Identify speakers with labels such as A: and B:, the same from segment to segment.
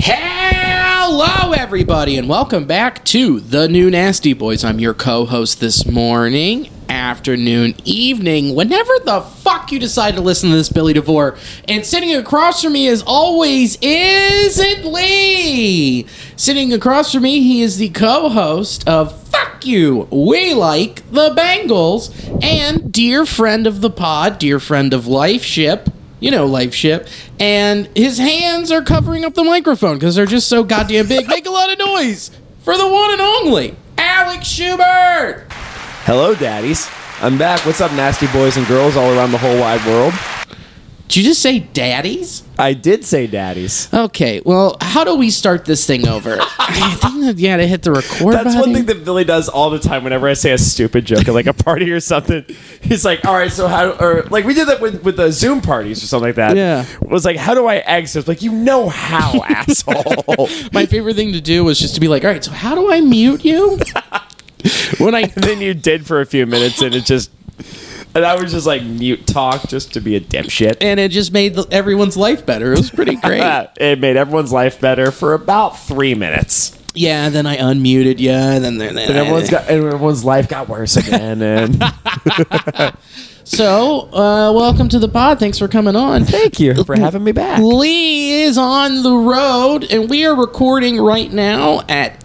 A: Hello, everybody, and welcome back to the New Nasty Boys. I'm your co host this morning, afternoon, evening, whenever the fuck you decide to listen to this, Billy DeVore. And sitting across from me, as always, isn't Lee. Sitting across from me, he is the co host of Fuck You, We Like the Bengals, and dear friend of the pod, dear friend of life, ship you know, life ship. And his hands are covering up the microphone because they're just so goddamn big. Make a lot of noise for the one and only Alex Schubert.
B: Hello, daddies. I'm back. What's up, nasty boys and girls all around the whole wide world?
A: Did you just say daddies?
B: I did say daddies.
A: Okay, well, how do we start this thing over? I think that you had to hit the record
B: That's
A: button.
B: one thing that Billy does all the time whenever I say a stupid joke at like a party or something. He's like, all right, so how, or like we did that with, with the Zoom parties or something like that.
A: Yeah.
B: It was like, how do I exit? Like, you know how, asshole.
A: Oh, My favorite thing to do was just to be like, all right, so how do I mute you? when I
B: then you did for a few minutes and it just, and I was just like mute talk just to be a dipshit. Uh,
A: and it just made the, everyone's life better. It was pretty great.
B: it made everyone's life better for about three minutes.
A: yeah, and then I unmuted you, and then, then,
B: And everyone's got and everyone's life got worse again. And
A: So, uh, welcome to the pod. Thanks for coming on.
B: thank you for having me back.
A: Lee is on the road, and we are recording right now at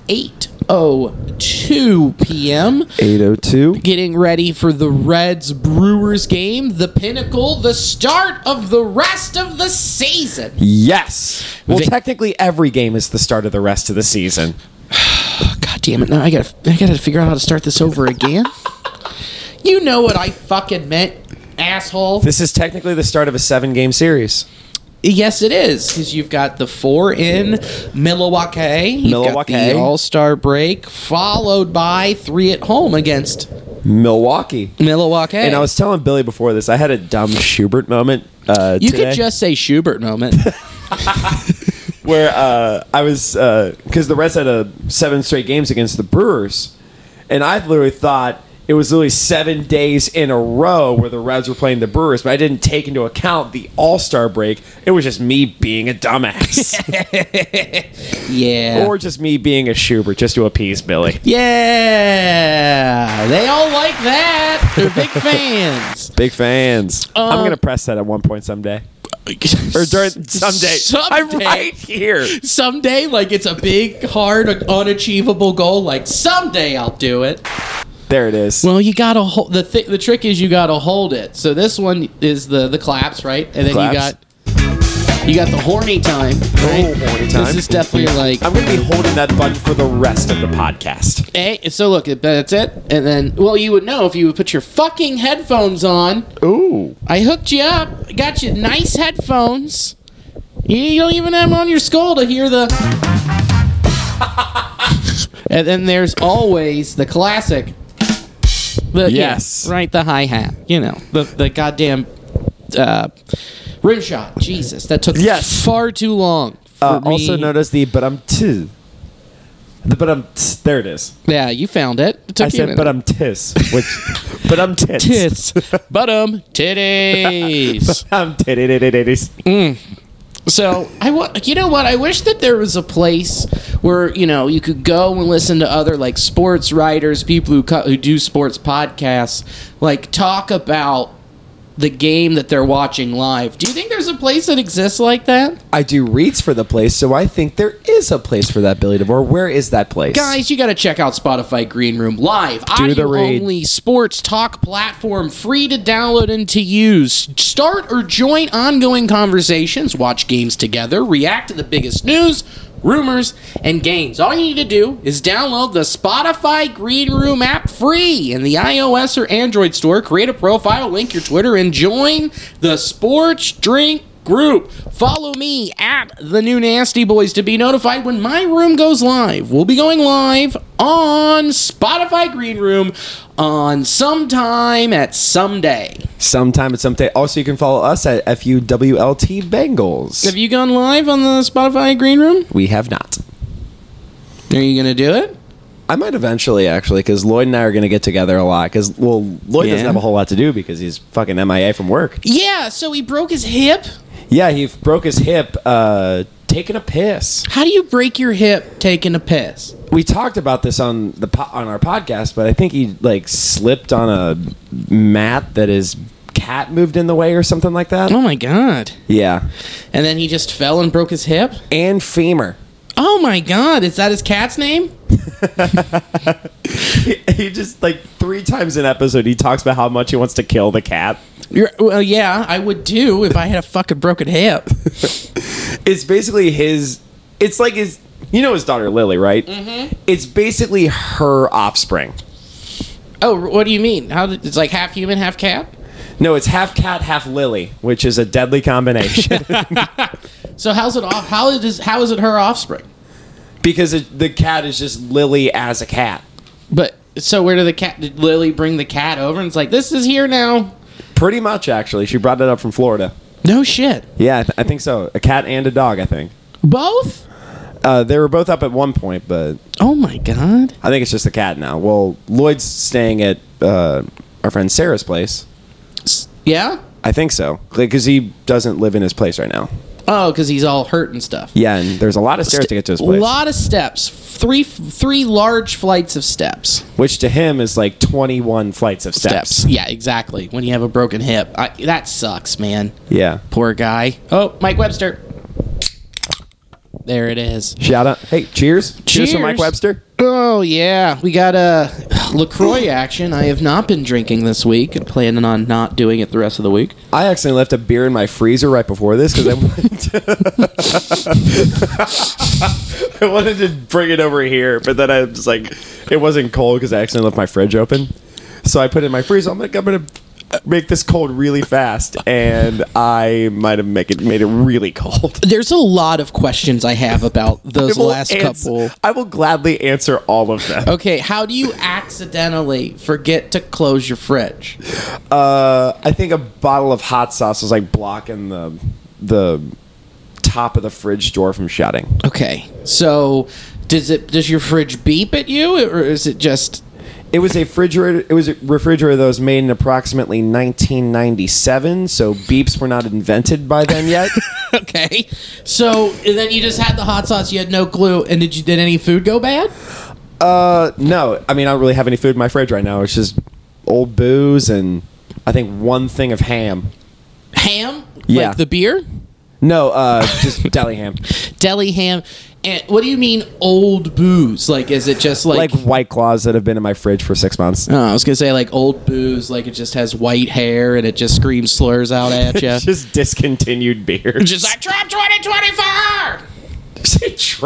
A: 8.02 p.m.,
B: 802.
A: getting ready for the Reds Brewers game, the pinnacle, the start of the rest of the season.
B: Yes. Well,
A: Vic-
B: technically, every game is the start of the rest of the season.
A: God damn it. Now I gotta, I gotta figure out how to start this over again. you know what I fucking meant, asshole.
B: This is technically the start of a seven game series.
A: Yes, it is because you've got the four in Milwaukee, you've got the
B: Milwaukee.
A: All Star break, followed by three at home against
B: Milwaukee.
A: Milwaukee.
B: And I was telling Billy before this, I had a dumb Schubert moment uh,
A: you
B: today
A: could just say Schubert moment.
B: where uh, I was because the Reds had a seven straight games against the Brewers, and I literally thought it was literally seven days in a row where the Reds were playing the Brewers, but I didn't take into account the All Star break. It was just me being a dumbass.
A: yeah,
B: or just me being a Schubert just to appease Billy.
A: yeah, they all like that. They're big fans. Um,
B: Big fans. I'm gonna press that at one point someday. Or during someday. I'm
A: Someday.
B: right here.
A: Someday, like it's a big, hard, unachievable goal. Like someday I'll do it.
B: There it is.
A: Well, you gotta hold the th- the trick is you gotta hold it. So this one is the the claps, right? And then
B: Claps.
A: you got you got the horny time. Right?
B: Oh, horny time.
A: This is definitely like
B: I'm gonna be holding that button for the rest of the podcast.
A: hey. eh, So look, that's it. And then well, you would know if you would put your fucking headphones on.
B: Ooh.
A: I hooked you up. Got you nice headphones. You, you don't even have them on your skull to hear the. and then there's always the classic. The, yeah,
B: Yes.
A: right. The hi hat. You know the the goddamn uh, rim shot. Jesus, that took
B: Yes.
A: far too long. For
B: Uh, also
A: me.
B: notice the but I'm two. The but I'm t- there it is.
A: Yeah, you found it. it took you
B: I
A: a
B: said but
A: minute.
B: I'm tis, which but I'm tits.
A: tits, but um titties.
B: I'm titties.
A: So I wa- you know what? I wish that there was a place where you know you could go and listen to other like sports writers, people who co- who do sports podcasts, like talk about the game that they're watching live. Do you think there's a place that exists like that?
B: I do reads for the place, so I think there is a place for that Billy DeVore. Where is that place?
A: Guys, you got to check out Spotify Green Room Live,
B: Do the
A: audio
B: read.
A: only sports talk platform, free to download and to use. Start or join ongoing conversations, watch games together, react to the biggest news, rumors, and games. All you need to do is download the Spotify Green Room app free in the iOS or Android store, create a profile, link your Twitter, and join the sports drink group. Follow me at the new Nasty Boys to be notified when my room goes live. We'll be going live on Spotify Green Room on sometime at some day.
B: Sometime at some day. Also, you can follow us at FUWLT Bengals.
A: Have you gone live on the Spotify Green Room?
B: we have not.
A: Are you gonna do it?
B: I might eventually, actually, because Lloyd and I are going to get together a lot. Because, well, Lloyd
A: Yeah.
B: doesn't have a whole lot to do because he's fucking MIA from work.
A: Yeah. So he broke his hip.
B: Yeah, he f- broke his hip uh, taking a piss.
A: How do you break your hip taking a piss?
B: We talked about this on the po- on our podcast, but I think he like slipped on a mat that his cat moved in the way or something like that.
A: Oh my god.
B: Yeah,
A: And then he just fell and broke his hip.
B: and femur.
A: Oh my god, is that his cat's name?
B: He just like three times an episode he talks about how much he wants to kill the cat.
A: You're, well, yeah, I would too if I had a fucking broken hip.
B: it's basically his it's like his you know his daughter lily right mm-hmm. it's basically her offspring
A: Oh, what do you mean? How did, it's like half human, half cat?
B: no it's half cat half lily which is a deadly combination
A: So how's it off? How is how is it her offspring?
B: because it, the cat is just lily as a cat
A: But so where did the cat? Did Lily bring the cat over and it's like this is here now?
B: pretty much actually she brought it up from florida
A: No shit.
B: yeah i, th- I think so a cat and a dog i think
A: Both?
B: uh, they were both up at one point but
A: Oh my god.
B: i think it's just the cat now well lloyd's staying at uh, our friend sarah's place
A: S- Yeah.
B: i think so because he doesn't live in his place right now
A: Oh, because he's all hurt and stuff.
B: yeah and there's a lot of stairs to get to his place
A: lot of steps. Three three large flights of steps.
B: which to him is like 21 flights of steps.
A: Yeah, exactly. When you have a broken hip, I, that sucks, man.
B: Yeah.
A: Poor guy. Oh, Mike Webster. There it is.
B: Shout out. Hey, cheers. Cheers, to Mike
A: Cheers.
B: Webster.
A: Oh yeah, we got a Lacroix action. I have not been drinking this week. and Planning on not doing it the rest of the week.
B: I accidentally left a beer in my freezer right before this because I wanted to I wanted to bring it over here, but then I was like, it wasn't cold because I accidentally left my fridge open. So I put it in my freezer. I'm like, I'm gonna make this cold really fast, and I might have make it made it really cold.
A: There's a lot of questions I have about those
B: I will
A: last
B: ans-
A: couple.
B: I will gladly answer all of them.
A: Okay, how do you accidentally forget to close your fridge? Oh.
B: Uh, I think a bottle of hot sauce was like blocking the the top of the fridge door from shutting.
A: Okay, so does it does your fridge beep at you, or is it just
B: It was a refrigerator. It was a refrigerator that was made in approximately 1997, so beeps were not invented by then yet.
A: okay? So and then you just had the hot sauce. You had no clue, and did you did any food go bad?
B: uh, no, I mean I don't really have any food in my fridge right now. It's just old booze and I think one thing of ham.
A: Ham,
B: Yeah.
A: like the beer,
B: No, uh, just deli ham,
A: deli ham. And what do you mean old booze? Like is it just like?
B: like white claws that have been in my fridge for six months.
A: Oh, I was gonna say like old booze, like it just has white hair and it just screams slurs out at you.
B: It's just discontinued beer.
A: just like Trump twenty twenty four.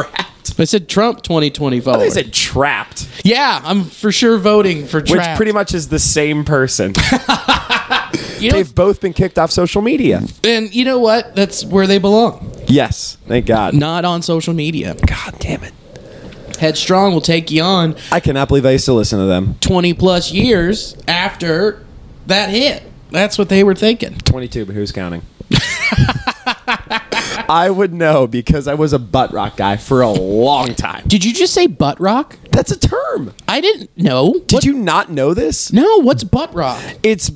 B: trapped.
A: I said Trump twenty twenty four.
B: They said trapped.
A: Yeah, I'm for sure voting for Trump.
B: which pretty much is the same person.
A: you know,
B: They've both been kicked off social media.
A: And you know what? That's where they belong.
B: Yes, thank God.
A: Not on social media.
B: God damn it!
A: Headstrong will take you on
B: I cannot believe I used to listen to them.
A: 20 plus years after that hit. That's what they were thinking.
B: Twenty-two, but who's counting? I would know because I was a butt rock guy for a long time.
A: Did you just say butt rock?
B: That's a term.
A: I didn't know.
B: Did you not know this?
A: No, what's butt rock?
B: It's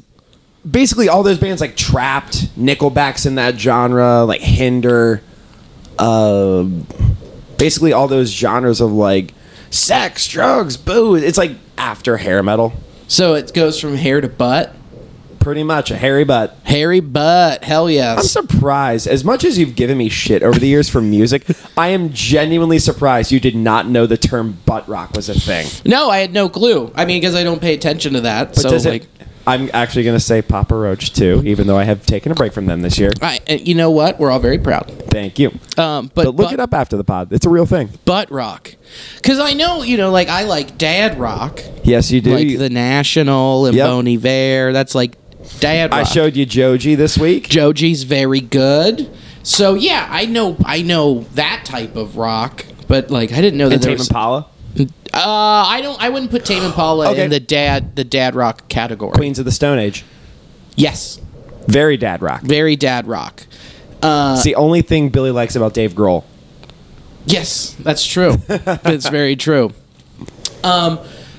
B: basically all those bands like Trapped, Nickelback's in that genre, like Hinder, uh, basically all those genres of like sex, drugs, booze. It's like after hair metal.
A: So it goes from hair to butt.
B: Pretty much a hairy butt.
A: Hairy butt. Hell
B: I'm
A: yes.
B: surprised. As much as you've given me shit over the years for music, I am genuinely surprised you did not know the term butt rock was a thing.
A: No, I had no clue. I mean, because I don't pay attention to that. so
B: Does it-
A: like
B: I'm actually going to say Papa Roach too, even though I have taken a break from them this year.
A: I, and you know what? We're all very proud.
B: Thank you.
A: Um, but,
B: But look
A: butt-
B: it up after the pod. It's a real thing.
A: Butt rock, because I know you know, like I like dad rock,
B: Yes, you do.
A: like
B: You-
A: the National and
B: Yep.
A: Bon Iver. That's like Dad
B: I
A: rock.
B: showed you Joji this week.
A: Joji's very good. So yeah, I know I know that type of rock, but like I didn't know that
B: and
A: there
B: Tame
A: was-
B: Impala,
A: Uh, I don't. I wouldn't put Tame Impala
B: Okay.
A: in the dad the dad rock category.
B: Queens of the Stone Age,
A: Yes,
B: very dad rock.
A: very dad rock.
B: it's the only thing Billy likes about Dave Grohl.
A: Yes, that's true. that's very true. Um,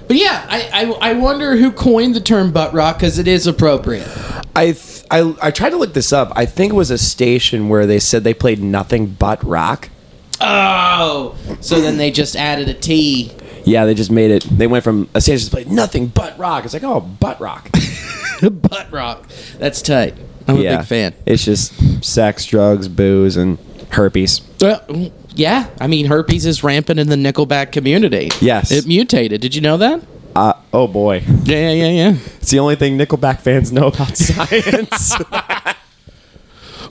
A: but yeah, I, I I wonder who coined the term butt rock because it is appropriate.
B: I, th- I I tried to look this up. I think it was a station where they said they played nothing but rock.
A: Oh, so then they just added a T.
B: Yeah, they just made it. They went from a station that played nothing but rock. It's like oh, butt rock.
A: butt rock. That's tight. I'm a big fan.
B: It's just sex, drugs, booze, and herpes.
A: Uh, yeah, I mean herpes is rampant in the Nickelback community.
B: Yes.
A: it mutated. Did you know that?
B: Uh, oh boy,
A: Yeah, yeah, yeah.
B: it's the only thing Nickelback fans know about science.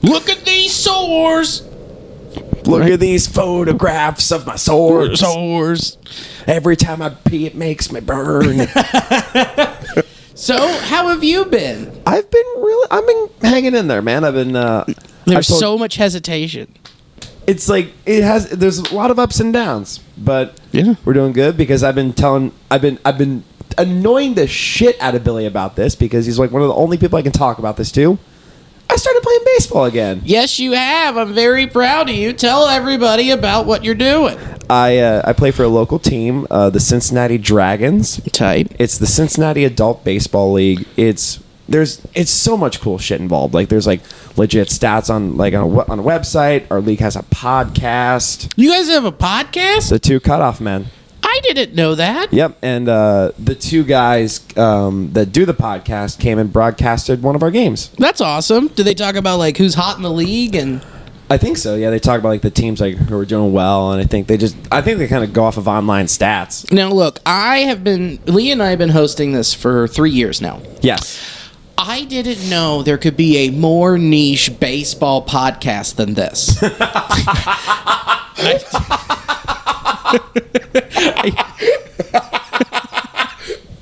A: Look at these sores.
B: Look at these photographs of my sores.
A: Sores.
B: Every time I pee, it makes me burn.
A: So, how have you been?
B: I've been really, I've been hanging in there, man. I've been. Uh,
A: There's
B: I told-
A: so much hesitation.
B: It's like it has. There's a lot of ups and downs, but
A: Yeah.
B: we're doing good because I've been telling, I've been, I've been annoying the shit out of Billy about this because he's like one of the only people I can talk about this to. I started playing baseball again.
A: Yes, you have. I'm very proud of you. Tell everybody about what you're doing.
B: I uh, I play for a local team, uh, the Cincinnati Dragons.
A: Tight.
B: It's the Cincinnati Adult Baseball League. It's there's it's so much cool shit involved. Like there's like legit stats on like on a, we- on a website. Our league has a podcast.
A: You guys have a podcast?
B: The two cutoff men.
A: I didn't know that.
B: Yep, and uh, the two guys um, that do the podcast came and broadcasted one of our games.
A: That's awesome. Do they talk about like who's hot in the league and
B: I think so. Yeah, they talk about like the teams like who are doing well, and I think they just I think they kind of go off of online stats.
A: Now look, I have been Lee and I have been hosting this for 3 years now.
B: Yes,
A: I didn't know there could be a more niche baseball podcast than this.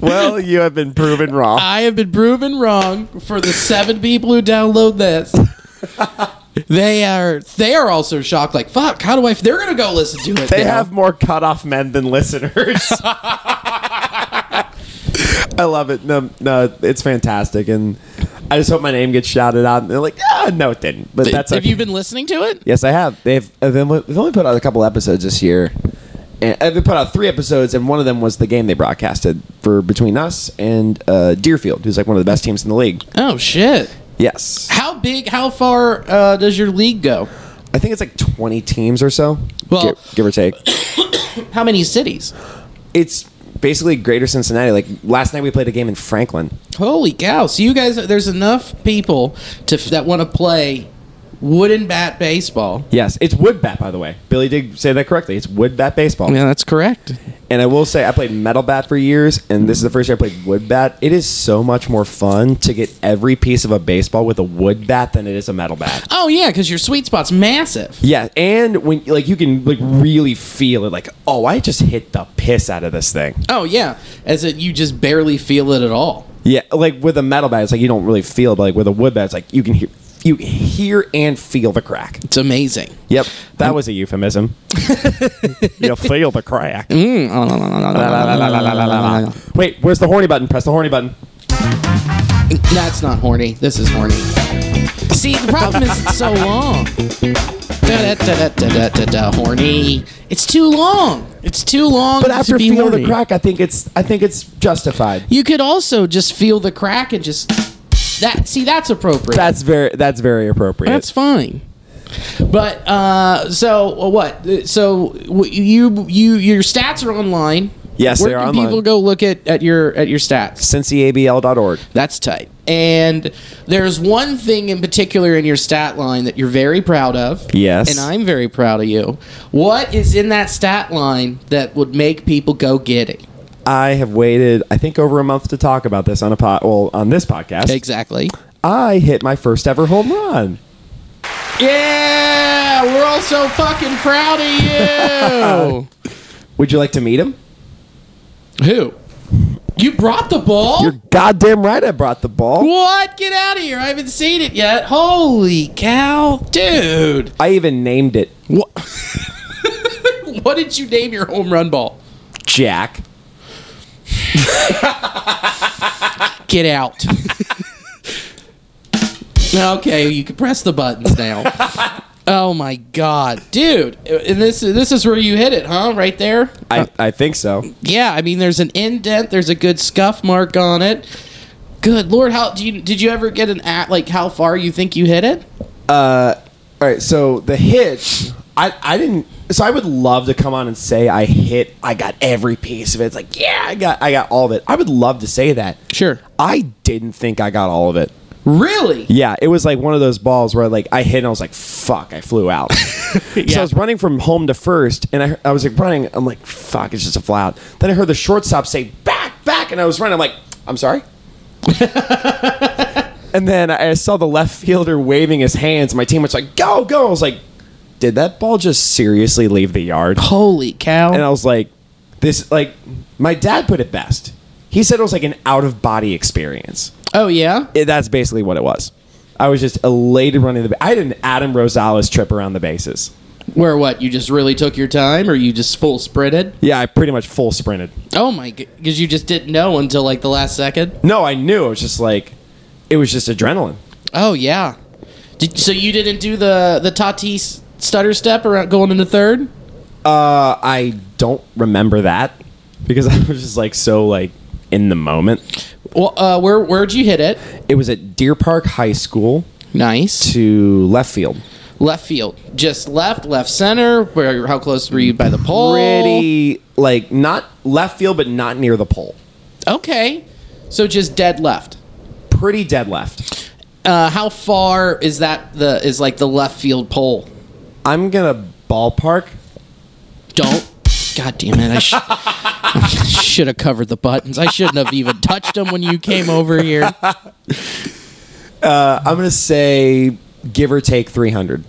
B: well, you have been proven wrong.
A: I have been proven wrong for the seven people who download this. They are they are also shocked. Like fuck, how do I? They're gonna go listen to it.
B: They
A: now.
B: have more cutoff men than listeners. I love it. No, no, it's fantastic, and I just hope my name gets shouted out. And they're like, ah, no, it didn't. But that's
A: have
B: okay.
A: you been listening to it?
B: Yes, I have. They've uh, they've only they've only put out a couple episodes this year. And uh, they put out three episodes, and one of them was the game they broadcasted for between us and uh, Deerfield, who's like one of the best teams in the league.
A: Oh shit!
B: Yes,
A: How big? How far uh, does your league go?
B: I think it's like twenty teams or so,
A: Well-
B: give, give or take.
A: How many cities?
B: It's basically Greater Cincinnati. Like last night, we played a game in Franklin.
A: Holy cow! So you guys, there's enough people to that want to play wooden bat baseball.
B: Yes, it's wood bat, by the way. Billy did say that correctly. It's wood bat baseball.
A: that's correct.
B: And I will say, I played metal bat for years, and this is the first year I played wood bat. It is so much more fun to get every piece of a baseball with a wood bat than it is a metal bat.
A: Oh yeah, because your sweet spot's massive.
B: Yeah, and when like you can like really feel it, like oh, I just hit the piss out of this thing.
A: Oh yeah, as it you just barely feel it at all.
B: Yeah, like with a metal bat, it's like you don't really feel, it, but like with a wood bat, it's like you can hear you hear and feel the crack.
A: It's amazing.
B: Yep, that was a euphemism. you feel the crack. Wait, where's the horny button? Press the horny button.
A: That's not horny. This is horny. See, the problem is it's so long. Da-da-da-da-da-da-da-da, horny. It's too long. It's too long.
B: But after
A: to be
B: feel
A: horny.
B: the crack, I think it's I think it's justified.
A: you could also just feel the crack and just that. See, that's appropriate.
B: That's very that's very appropriate.
A: That's fine. But uh, so uh, what? Uh, So w- you you your stats are online.
B: Yes,
A: Where
B: they are
A: can
B: online.
A: people go look at, at your at your stats?
B: cincyabl.org.
A: That's tight. And there's one thing in particular in your stat line that you're very proud of.
B: Yes.
A: And I'm very proud of you. What is in that stat line that would make people go giddy?
B: I have waited I think over a month to talk about this on a pod well on this podcast.
A: Exactly.
B: I hit my first ever home run.
A: Yeah, we're all so fucking proud of
B: Would you like to meet him?
A: you. Who? You brought the ball?
B: You're goddamn right. I brought the ball.
A: what? Get out of here. I haven't seen it yet. Holy cow. Dude.
B: I even named it
A: What, what did you name your home run ball?
B: Jack.
A: Get out. okay, you can press the buttons now. oh my god, dude! And this this is where you hit it, huh? Right there.
B: I, I think so.
A: Yeah, I mean, there's an indent. There's a good scuff mark on it. Good lord, how do you did you ever get an at like how far you think you hit it?
B: All right, so the hit, I, I didn't. So I would love to come on and say I hit. I got every piece of it. It's like yeah, I got I got all of it. I would love to say that.
A: Sure.
B: I didn't think I got all of it.
A: Really?
B: Yeah, it was like one of those balls where like I hit and I was like, fuck, I flew out. So I was running from home to first, and I, I was like running. I'm like, fuck, it's just a fly out. Then I heard the shortstop say, back, back, and I was running. I'm like, I'm sorry. and then I saw the left fielder waving his hands. My team was like, go, go. I was like, did that ball just seriously leave the yard?
A: Holy cow!
B: And I was like, this, like, my dad put it best. He said it was like an out of body experience
A: oh yeah.
B: it, that's basically what it was. I was just elated running the. Ba- I had an Adam Rosales trip around the bases.
A: Where what? You just really took your time, or you just full sprinted?
B: Yeah, I pretty much full sprinted.
A: Oh my! Because you just didn't know until like the last second.
B: No, I knew it was just like, it was just adrenaline.
A: Oh yeah. Did, so you didn't do the the Tatis stutter step around going into third?
B: Uh, I don't remember that because I was just like so like in the moment.
A: Well, uh, where where'd you hit it?
B: It was at Deer Park High School
A: Nice.
B: to left field.
A: Left field, just left, left center. Where? How close were you by the pole?
B: Pretty like not left field, but not near the pole.
A: Okay. So just dead left.
B: Pretty dead left.
A: Uh, how far is that? The is like the left field pole.
B: I'm gonna ballpark.
A: Don't. God damn it! I, sh- I should have covered the buttons. I shouldn't have even touched them when you came over here.
B: I'm gonna say give or take 300.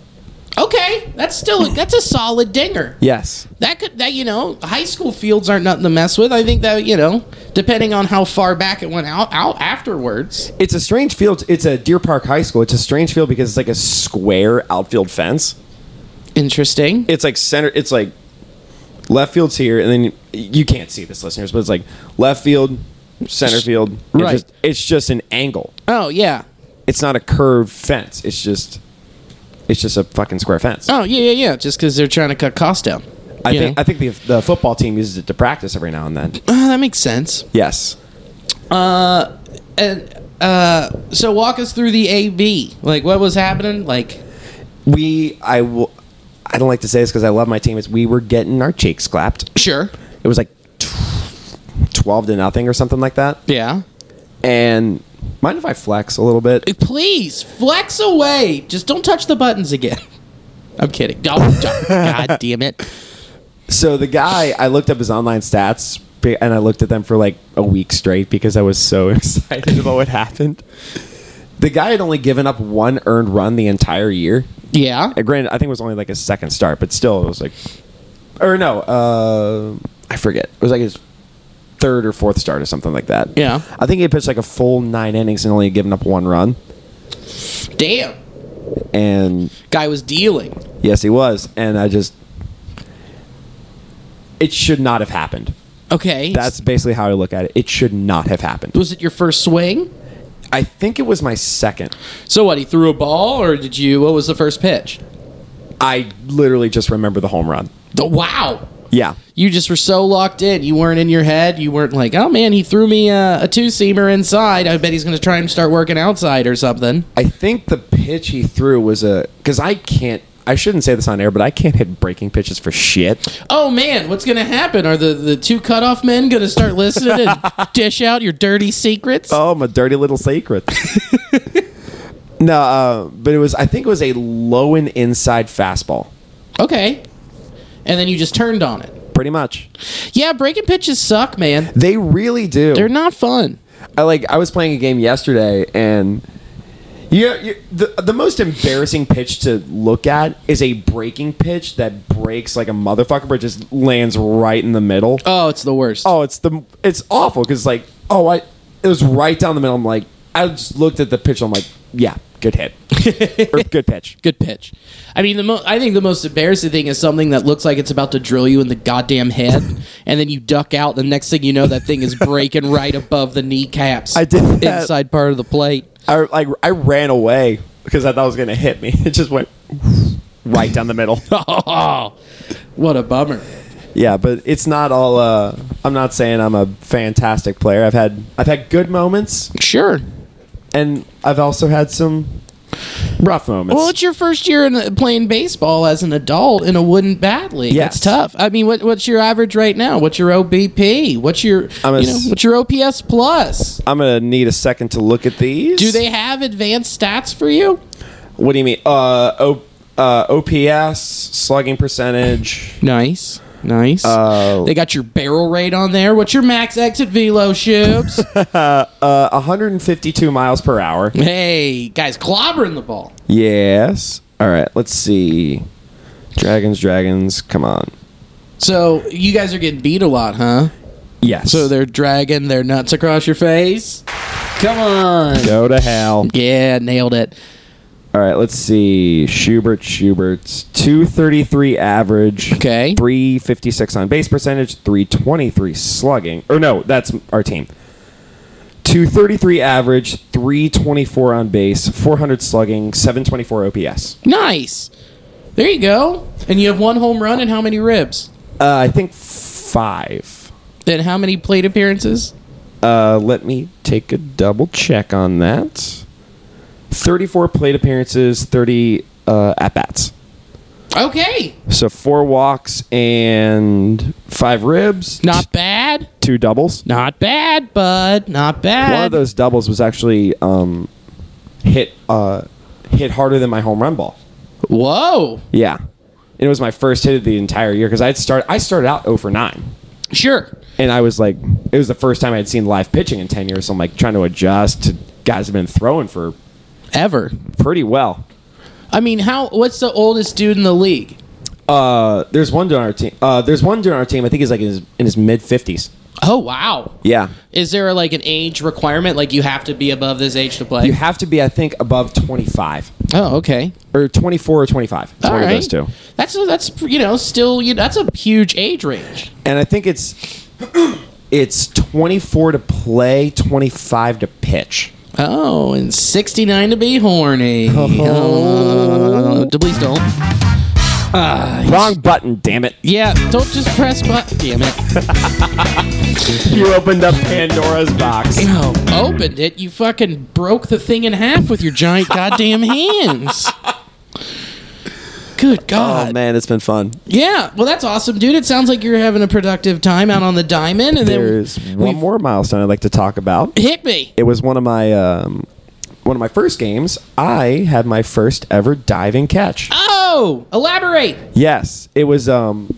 A: Okay, that's still that's a solid dinger.
B: Yes.
A: That could that you know high school fields aren't nothing to mess with. I think that you know depending on how far back it went out out afterwards.
B: It's a strange field. It's a Deer Park High School. It's a strange field because it's like a square outfield fence.
A: Interesting.
B: It's like center. It's like left field's here, and then you, you can't see this, listeners, but it's like left field, center field. It's
A: Right.
B: just- it's just an angle.
A: Oh yeah.
B: It's not a curved fence. It's just. It's just a fucking square fence.
A: Oh yeah yeah yeah. Just because they're trying to cut costs down.
B: I
A: you
B: think
A: know?
B: I think the, the football team uses it to practice every now and then.
A: Uh, that makes sense.
B: Yes.
A: And uh, so walk us through the AB. Like what was happening? Like
B: We I will I don't like to say this because I love my team. Is we were getting our cheeks clapped.
A: sure.
B: it was like tw- 12 to nothing or something like that.
A: Yeah.
B: And mind if I flex a little bit?
A: Please flex away. Just don't touch the buttons again. I'm kidding. Don't- don't. God damn it.
B: So the guy, I looked up his online stats be- and I looked at them for like a week straight because I was so excited about what happened. The guy had only given up one earned run the entire year.
A: Yeah.
B: And granted, I think it was only like his second start, but still, it was like, or no, uh, I forget. It was like his third or fourth start or something like that.
A: Yeah.
B: I think he had pitched like a full nine innings and only given up one run.
A: Damn.
B: And
A: Guy was dealing.
B: Yes, he was, and I just it should not have happened.
A: Okay.
B: That's basically how I look at it. It should not have happened.
A: was it your first swing?
B: I think it was my second.
A: So what? He threw a ball, or did you? What was the first pitch?
B: I literally just remember the home run.
A: The wow.
B: Yeah.
A: You just were so locked in. You weren't in your head. You weren't like, oh man, he threw me a, a two seamer inside. I bet he's going to try and start working outside or something.
B: I think the pitch he threw was a cuz I can't I shouldn't say this on air, but I can't hit breaking pitches for shit.
A: Oh man, what's going to happen? Are the, the two cutoff men going to start listening and dish out your dirty secrets?
B: Oh, my dirty little secret. no, uh, but it was I think it was a low and inside fastball.
A: Okay. And then you just turned on it.
B: Pretty much.
A: Yeah, breaking pitches suck, man.
B: They really do.
A: They're not fun.
B: I like I was playing a game yesterday and Yeah, you, the the most embarrassing pitch to look at is a breaking pitch that breaks like a motherfucker, but just lands right in the middle.
A: Oh, it's the worst.
B: oh, it's the it's awful because like oh I it was right down the middle. I'm like I just looked at the pitch. I'm like yeah, good hit or good pitch.
A: Good pitch. I mean, the mo- I think the most embarrassing thing is something that looks like it's about to drill you in the goddamn head, and then you duck out. The next thing you know, that thing is breaking right above the kneecaps.
B: I did that.
A: inside part of the plate.
B: I like I ran away because I thought it was gonna hit me. It just went right down the middle.
A: Oh, what a bummer!
B: yeah, but it's not all. Uh, I'm not saying I'm a fantastic player. I've had I've had good moments,
A: Sure.
B: and I've also had some rough moments.
A: Well, it's your first year in playing baseball as an adult in a wooden bat league.
B: Yes.
A: That's tough. I mean, what, what's your average right now? What's your OBP? What's your
B: I'm a
A: you know,
B: s-
A: what's your OPS plus?
B: I'm gonna need a second to look at these.
A: Do they have advanced stats for you?
B: What do you mean? Uh, o- uh, OPS, slugging percentage.
A: Nice. Nice.
B: Oh.
A: They got your barrel rate on there. What's your max exit velo, Shubs?
B: Uh, 152 miles per hour.
A: hey, guys, clobbering the ball.
B: Yes. All right. Let's see. Dragons, dragons. Come on.
A: So you guys are getting beat a lot, huh?
B: Yes.
A: So they're dragging their nuts across your face. Come on.
B: go to hell.
A: Yeah, nailed it.
B: All right. Let's see. Schubert, Schubert's 233 average.
A: Okay.
B: 356 on base percentage. 323 slugging. Or no, that's our team. 233 average, 324 on base, 400 slugging, 724 OPS.
A: Nice. There you go. And you have one home run and how many ribs?
B: Uh, I think five.
A: Then how many plate appearances?
B: Uh, let me take a double check on that. 34 plate appearances, 30 uh, at bats.
A: Okay.
B: So four walks and five ribs,
A: Not bad.
B: two doubles.
A: Not bad, bud. Not bad.
B: One of those doubles was actually um, hit uh, hit harder than my home run ball.
A: Whoa.
B: Yeah. And it was my first hit of the entire year because I had start I started out 0 for 9.
A: Sure.
B: and I was like, it was the first time I had seen live pitching in ten years. So I'm like trying to adjust. To, guys have been throwing for
A: Ever.
B: pretty well.
A: I mean, how? What's the oldest dude in the league?
B: Uh, there's one dude on our team. Uh, there's one dude on our team. I think he's like in his, in his mid fifties.
A: Oh wow.
B: Yeah,
A: Is there like an age requirement? Like you have to be above this age to play?
B: you have to be, I think, above twenty five
A: oh, okay.
B: or twenty four or twenty five. It's
A: All
B: one
A: right.
B: of those two.
A: That's that's you know still you, that's a huge age range.
B: And I think it's it's twenty four to play, twenty five to pitch.
A: Oh, and 69 to be horny. Oh, please don't.
B: Wrong button, damn it!
A: Yeah, don't just press button. Damn it.
B: You opened up Pandora's box.
A: No, opened it. You fucking broke the thing in half with your giant goddamn hands. Good God.
B: Oh man, it's been fun.
A: Yeah, well, that's awesome, dude. It sounds like you're having a productive time out on the diamond. And
B: There's
A: then
B: one
A: we've-
B: more milestone I'd like to talk about.
A: Hit me.
B: it was one of my um, one of my first games. I had my first ever diving catch.
A: Oh, elaborate.
B: Yes, it was, um,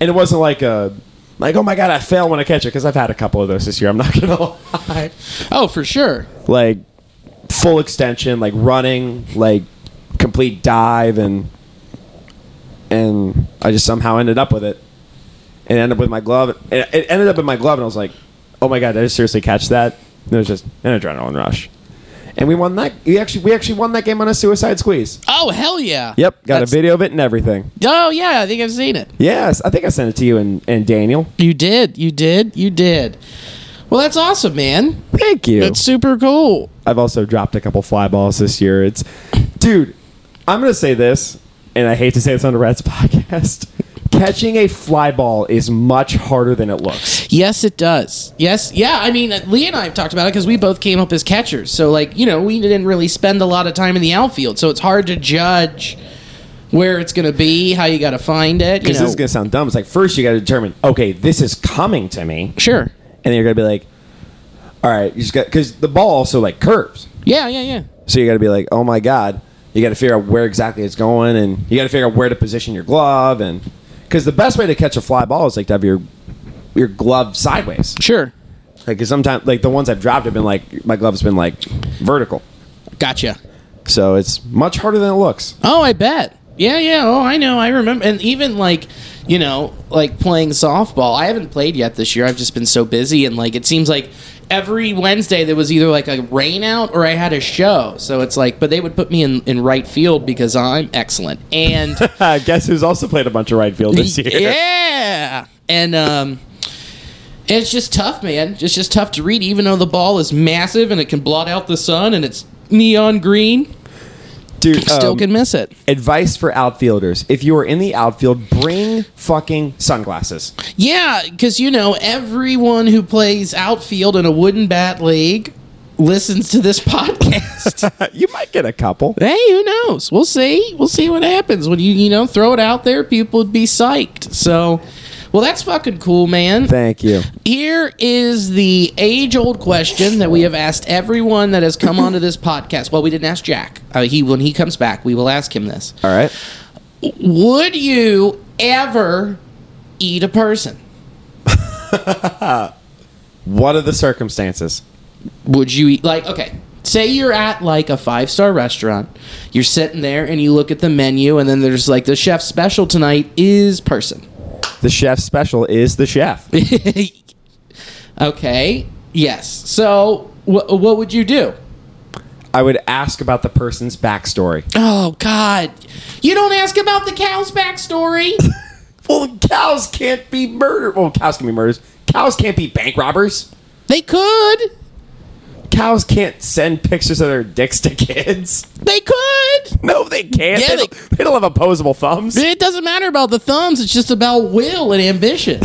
B: and it wasn't like a like oh my god I fail when I catch it because I've had a couple of those this year. I'm not gonna lie.
A: Oh, for sure.
B: like full extension, like running, like complete dive, and and I just somehow ended up with it, and ended up with my glove. It, it ended up in my glove, and I was like, oh my god, did I just seriously catch that? And it was just an adrenaline rush, and we won that. We actually we actually won that game on a suicide squeeze.
A: Oh, hell yeah.
B: Yep, got
A: That's-
B: a video of it and everything.
A: Oh, yeah, I think I've seen it.
B: Yes, I think I sent it to you and, and Daniel.
A: You did. You did. You did. Well, that's awesome, man.
B: Thank you.
A: That's super cool.
B: I've also dropped a couple fly balls this year. It's, dude, I'm gonna say this, and I hate to say this on the Reds podcast. Catching a fly ball is much harder than it looks.
A: Yes, it does. Yes, yeah. I mean, uh, Lee and I have talked about it because we both came up as catchers. So, like, you know, we didn't really spend a lot of time in the outfield. So it's hard to judge where it's going to be, how you got to find it. You
B: Because
A: know.
B: this is gonna sound dumb. It's like first you gotta determine, okay, this is coming to me,
A: sure.
B: and then you're gonna be like, all right, you just got because the ball also like curves,
A: Yeah, yeah, yeah.
B: so you gotta be like, oh my god, you gotta figure out where exactly it's going, and you gotta figure out where to position your glove, and because the best way to catch a fly ball is like to have your your glove sideways.
A: Sure.
B: Like, cause sometimes, like the ones I've dropped have been like my glove's been like vertical.
A: Gotcha.
B: book, so it's much harder than it looks.
A: Oh, I bet. Yeah, yeah. Oh, I know. I remember. And even like, you know, like playing softball. I haven't played yet this year. I've just been so busy, and like, it seems like every Wednesday there was either like a rain out or I had a show. So it's like, but they would put me in in right field because I'm excellent. And
B: Uh, guess who's also played a bunch of right field this year?
A: yeah, and um. It's just tough, man. It's just tough to read, even though the ball is massive and it can blot out the sun and it's neon green.
B: Dude,
A: Still
B: um,
A: can miss it.
B: advice for outfielders: if you are in the outfield, bring fucking sunglasses.
A: Yeah, because you know everyone who plays outfield in a wooden bat league listens to this podcast.
B: you might get a couple.
A: hey, who knows? We'll see. We'll see what happens when you you know throw it out there. People would be psyched. So, well, that's fucking cool, man.
B: Thank you.
A: Here is the age-old question that we have asked everyone that has come onto this podcast. Well, we didn't ask Jack. Uh, he when he comes back, we will ask him this.
B: All right.
A: Would you ever eat a person?
B: What are the circumstances?
A: would you eat like okay say you're at like a five star restaurant you're sitting there and you look at the menu and then there's like the chef special tonight is person
B: The chef special is the chef.
A: okay yes so wh- what would you do
B: I would ask about the person's backstory.
A: oh god you don't ask about the cow's backstory
B: Well, cows can't be murdered. Well, cows can be murders. Cows can't be bank robbers.
A: they could
B: Cows can't send pictures of their dicks to kids.
A: they could
B: No, they can't.
A: Yeah, they-
B: they, don't, they don't have opposable thumbs.
A: it doesn't matter about the thumbs it's just about will and ambition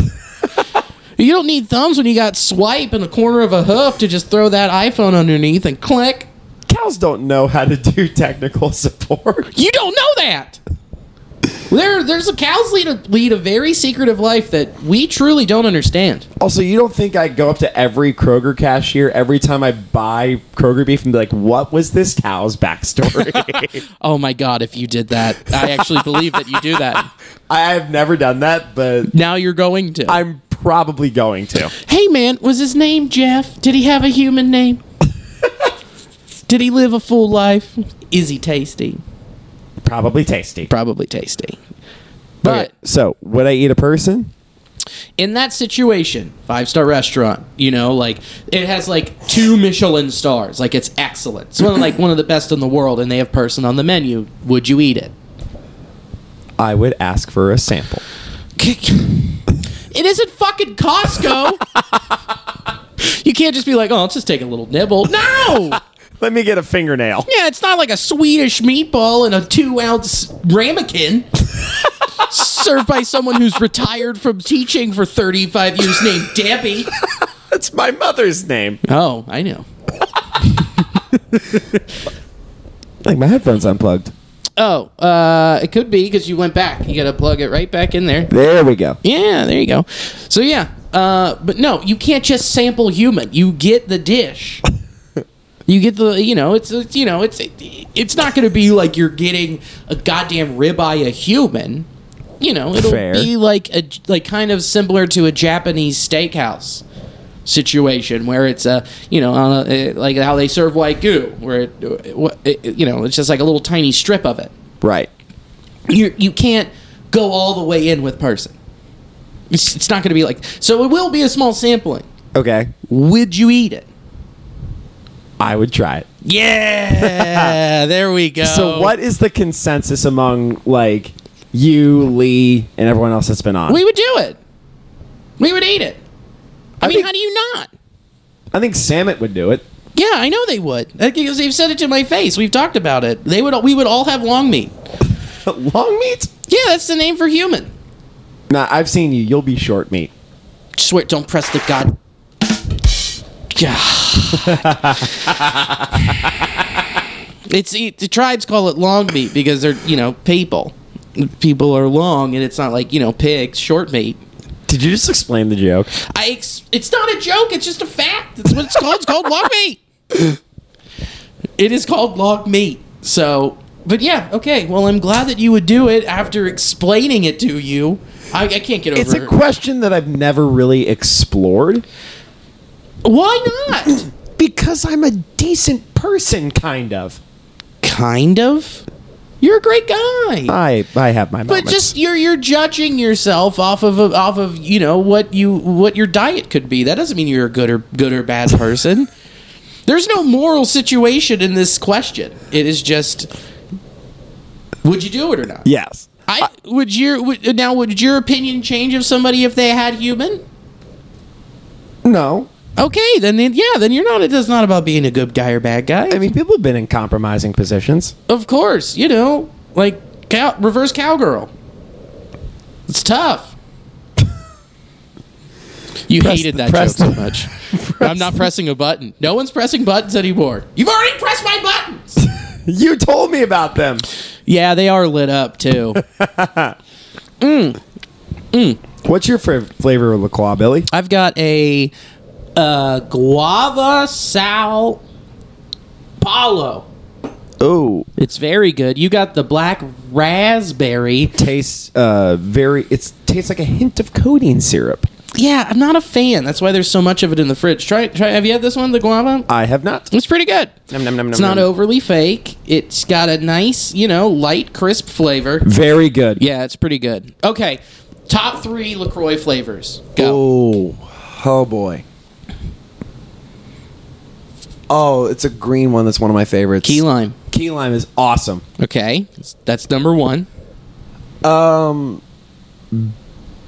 A: you don't need thumbs when you got swipe in the corner of a hoof to just throw that iphone underneath and click
B: Cows don't know how to do technical support.
A: You don't know that. There, there's a cows lead a, lead a very secretive life that we truly don't understand.
B: Also, you don't think I go up to every Kroger cashier every time I buy Kroger beef and be like, what was this cow's backstory?
A: Oh my god, if you did that, I actually believe that you do that.
B: I have never done that, but
A: Now you're going to.
B: I'm probably going to.
A: hey man, was his name Jeff? Did he have a human name? did he live a full life? Is he tasty?
B: Probably tasty.
A: Probably tasty. But
B: So, would I eat a person?
A: in that situation, five star restaurant, you know, like it has like two Michelin stars, like it's excellent. It's one of, like one of the best in the world, and they have person on the menu. Would you eat it?
B: I would ask for a sample.
A: It isn't fucking Costco. you can't just be like, oh, I'll just take a little nibble. No.
B: Let me get a fingernail.
A: Yeah, it's not like a Swedish meatball and a two ounce ramekin served by someone who's retired from teaching for 35 years named Debbie.
B: That's my mother's name.
A: Oh, I know.
B: Like my headphones unplugged.
A: Oh, uh, it could be because you went back. You got to plug it right back in there.
B: There we go.
A: Yeah, there you go. So yeah, uh, but no, you can't just sample human. You get the dish. You get the, you know, it's, it's you know, it's it's not going to be like you're getting a goddamn ribeye a human. You know, it'll
B: Fair.
A: be like a like kind of similar to a Japanese steakhouse situation where it's a you know on a, eh, like how they serve wagyu where it, it you know it's just like a little tiny strip of it
B: Right.
A: you you can't go all the way in with person. It's, it's not going to be like so. It will be a small sampling.
B: Okay.
A: Would you eat it?
B: I would try it.
A: Yeah, there we go.
B: So what is the consensus among like you, Lee, and everyone else that's been on?
A: We would do it. We would eat it. I,
B: I
A: mean,
B: think-
A: how do you not?
B: I think Samit would do it.
A: Yeah, I know they would. Like, Because they've said it to my face. We've talked about it. They would. We would all have long meat.
B: Long meat?
A: Yeah, that's the name for human.
B: Nah, I've seen you. You'll be short meat.
A: Swear, don't press the god. Yeah. it's it, the tribes call it long meat because they're you know people. People are long, and it's not like you know pigs short meat.
B: Did you just explain the joke?
A: I ex- it's not a joke. It's just a fact. It's what it's called. It's called long meat. It is called long meat. So, but yeah, okay. Well, I'm glad that you would do it after explaining it to you. I, I can't get over
B: It's a
A: it.
B: question that I've never really explored
A: Why not?
B: because I'm a decent person, kind of.
A: kind of. You're a great guy.
B: I I have my
A: but
B: moments.
A: just you're you're judging yourself off of a, off of you know what you what your diet could be. That doesn't mean you're a good or good or bad person. There's no moral situation in this question. It is just would you do it or not?
B: yes.
A: I would your would, now would your opinion change of somebody if they had human?
B: No.
A: Okay, then then- yeah, then you're not. It's not about being a good guy or bad guy.
B: I mean, people have been in compromising positions.
A: Of course, you know, like cow, reverse cowgirl. It's tough. You
B: Press
A: hated
B: the-
A: that joke
B: press
A: so
B: the-
A: much. I'm not pressing a button. No one's pressing buttons anymore. You've already pressed my buttons.
B: You told me about them.
A: yeah, they are lit up too.
B: What's your fav- flavor of La Croix, Billy?
A: I've got a uh, guava sal palo.
B: Oh,
A: It's very good. You got the black raspberry.
B: tastes uh very. It tastes like a hint of codeine syrup.
A: Yeah, I'm not a fan. That's why there's so much of it in the fridge. Try, try. Have you had this one, the guava?
B: I have not.
A: It's pretty good.
B: Nom, nom, nom,
A: it's
B: nom,
A: not
B: nom.
A: overly fake. It's got a nice, you know, light, crisp flavor.
B: Very good.
A: Yeah, it's pretty good. Okay, top three Lacroix flavors. Go.
B: Oh, oh boy. Oh, it's a green one. That's one of my favorites.
A: Key lime.
B: Key lime is awesome.
A: Okay, that's number one.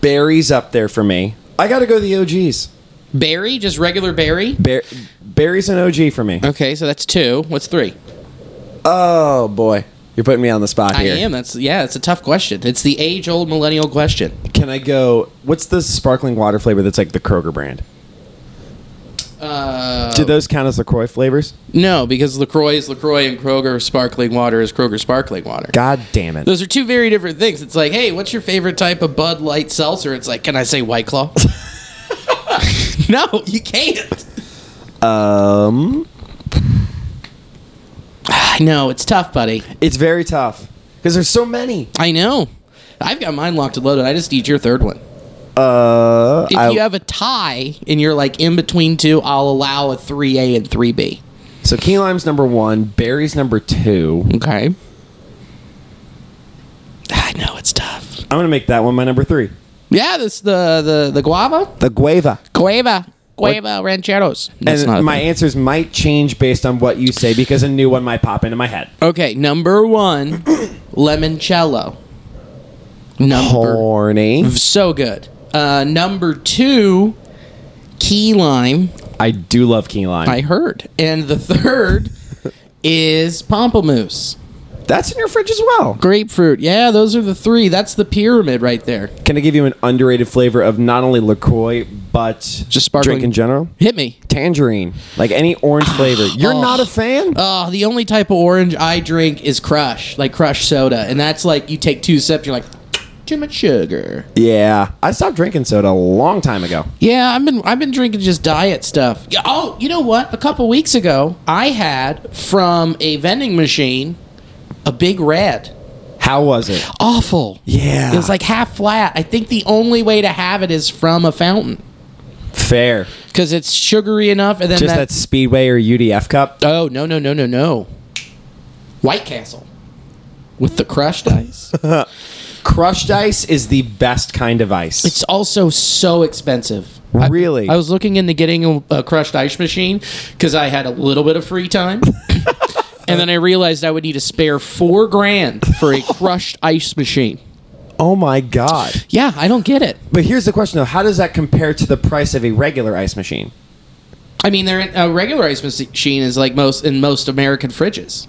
B: Berries up there for me. I got to go the OGs.
A: Berry, just regular berry.
B: Ber- berries an OG for me.
A: Okay, so that's two. What's three?
B: Oh boy, you're putting me on the spot here.
A: I am. That's yeah. It's a tough question. It's the age-old millennial question.
B: Can I go? What's the sparkling water flavor that's like the Kroger brand?
A: Uh,
B: Do those count as LaCroix flavors?
A: no, because Lacroix is Lacroix and Kroger sparkling water is Kroger sparkling water.
B: God damn it.
A: Those are two very different things. It's like, hey, what's your favorite type of Bud Light seltzer? It's like, can I say White Claw? no, you can't.
B: Um,
A: I know it's tough, buddy.
B: it's very tough because there's so many.
A: I know. I've got mine locked and loaded. I just need your third one.
B: Uh,
A: If
B: I-
A: you have a tie and you're like in between two, I'll allow a three A and three B.
B: so key lime's number one, berries number two.
A: Okay. I know it's tough.
B: I'm gonna make that one my number three.
A: Yeah, this the the the guava,
B: The guava.
A: guava, guava rancheros. That's not a
B: and my
A: thing.
B: answers might change based on what you say because a new one might pop into my head.
A: Okay, number one, limoncello. Number
B: Oh. Horny.
A: so good. Uh, number two, key lime.
B: I do love key lime.
A: I heard, and the third is pamplemousse,
B: That's in your fridge as well.
A: grapefruit. Yeah, those are the three. That's the pyramid right there.
B: Can I give you an underrated flavor of not only LaCroix, but
A: Just sparkling-
B: drink in general?
A: Hit me.
B: Tangerine. Like any orange flavor. You're
A: Oh.
B: not a fan?
A: Oh, the only type of orange I drink is crush, like crush soda, and that's like you take two sips, you're like too much sugar.
B: yeah. I stopped drinking soda a long time ago.
A: Yeah, I've been I've been drinking just diet stuff. Yeah, Oh, you know what? A couple weeks ago, I had from a vending machine a big red.
B: How was it?
A: Awful.
B: Yeah.
A: It was like half flat. I think the only way to have it is from a fountain
B: Fair.
A: because it's sugary enough, and then
B: Just that
A: that,
B: Speedway or UDF cup.
A: Oh no no no no no. White Castle with the crushed ice.
B: Crushed ice is the best kind of ice.
A: It's also so expensive. I-
B: Really?
A: I, was looking into getting a, a crushed ice machine because I had a little bit of free time. and then I realized I would need to spare four grand for a crushed ice machine.
B: oh my god.
A: Yeah, I don't get it.
B: But here's the question though: How does that compare to the price of a regular ice machine?
A: I mean, they're in, a regular ice machine is like most in most American fridges.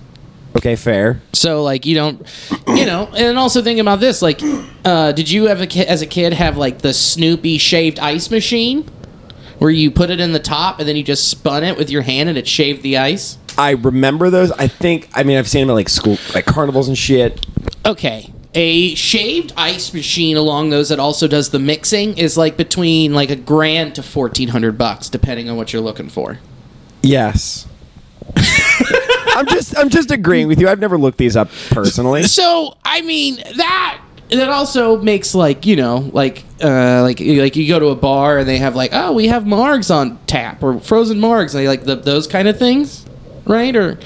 B: Okay, fair.
A: So like you don't, you know, and also think about this. Like, uh, did you have a ki- as a kid have like the Snoopy shaved ice machine, where you put it in the top and then you just spun it with your hand and it shaved the ice?
B: I remember those. I think. I mean, I've seen them at like school, like carnivals and shit.
A: Okay, a shaved ice machine along those that also does the mixing is like between like a grand to fourteen hundred bucks, depending on what you're looking for.
B: Yes. I'm just. I'm just agreeing with you. I've never looked these up personally.
A: So I mean that that also makes like you know like uh, like like you go to a bar and they have like oh we have margs on tap or frozen margs like like the, those kind of things, right? Or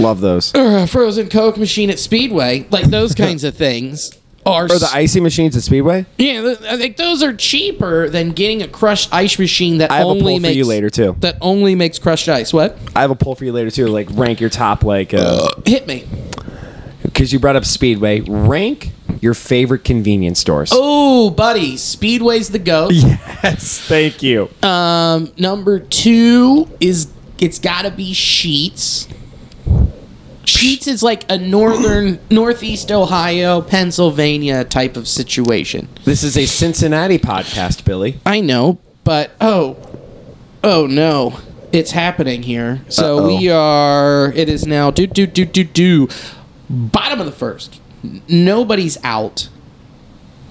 B: Love those.
A: or a frozen Coke machine at Speedway, like those kinds of things. Are
B: Or the icy machines at Speedway.
A: yeah, th- I think those are cheaper than getting a crushed ice machine that
B: I have a
A: only
B: poll for
A: makes
B: you later, too.
A: That only makes crushed ice. What?
B: I have a poll for you later too. Like rank your top like uh, because
A: Hit me.
B: you brought up Speedway. Rank your favorite convenience stores.
A: Oh, buddy, Speedway's the goat.
B: yes, thank you.
A: Um, number two is it's got to be Sheets. Sheets is like a northern, northeast Ohio, Pennsylvania type of situation.
B: this is a Cincinnati podcast, Billy.
A: I know, but oh, oh no, it's happening here. So
B: Uh-oh.
A: we are. It is now. Do do do do do. Bottom of the first. N- Nobody's out.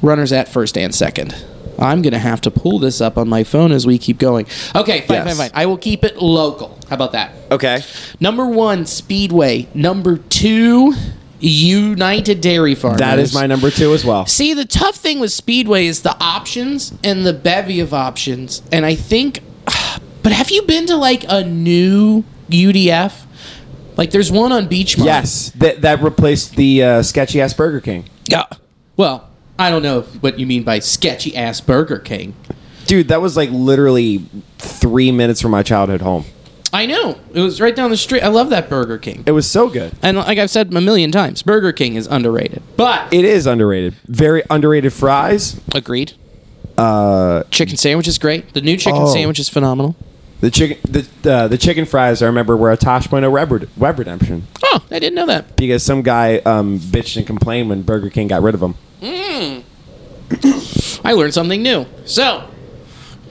A: Runners at first and second. I'm gonna have to pull this up on my phone as we keep going. Okay, fine,
B: Yes.
A: fine, fine. I will keep it local. How about that?
B: Okay.
A: Number one, Speedway. Number two, United Dairy Farmers.
B: That is my number two as well.
A: See, the tough thing with Speedway is the options and the bevy of options. And I think, but have you been to like a new UDF? Like, there's one on Beachmont.
B: Yes, that that replaced the uh, sketchy ass Burger King.
A: Yeah. Well, I don't know what you mean by sketchy ass Burger King.
B: Dude, that was like literally three minutes from my childhood home.
A: I know. It was right down the street. I love that Burger King.
B: It was so good.
A: And like I've said a million times, Burger King is underrated. But
B: It is underrated. Very underrated fries.
A: agreed. Uh, chicken sandwich is great. The new chicken
B: Oh.
A: sandwich is phenomenal.
B: The chicken, the uh, the chicken fries. I remember were a Tosh Bueno Web, Red- Web Redemption
A: Oh, I didn't know that.
B: because some guy um, bitched and complained when Burger King got rid of them.
A: I learned something new. So,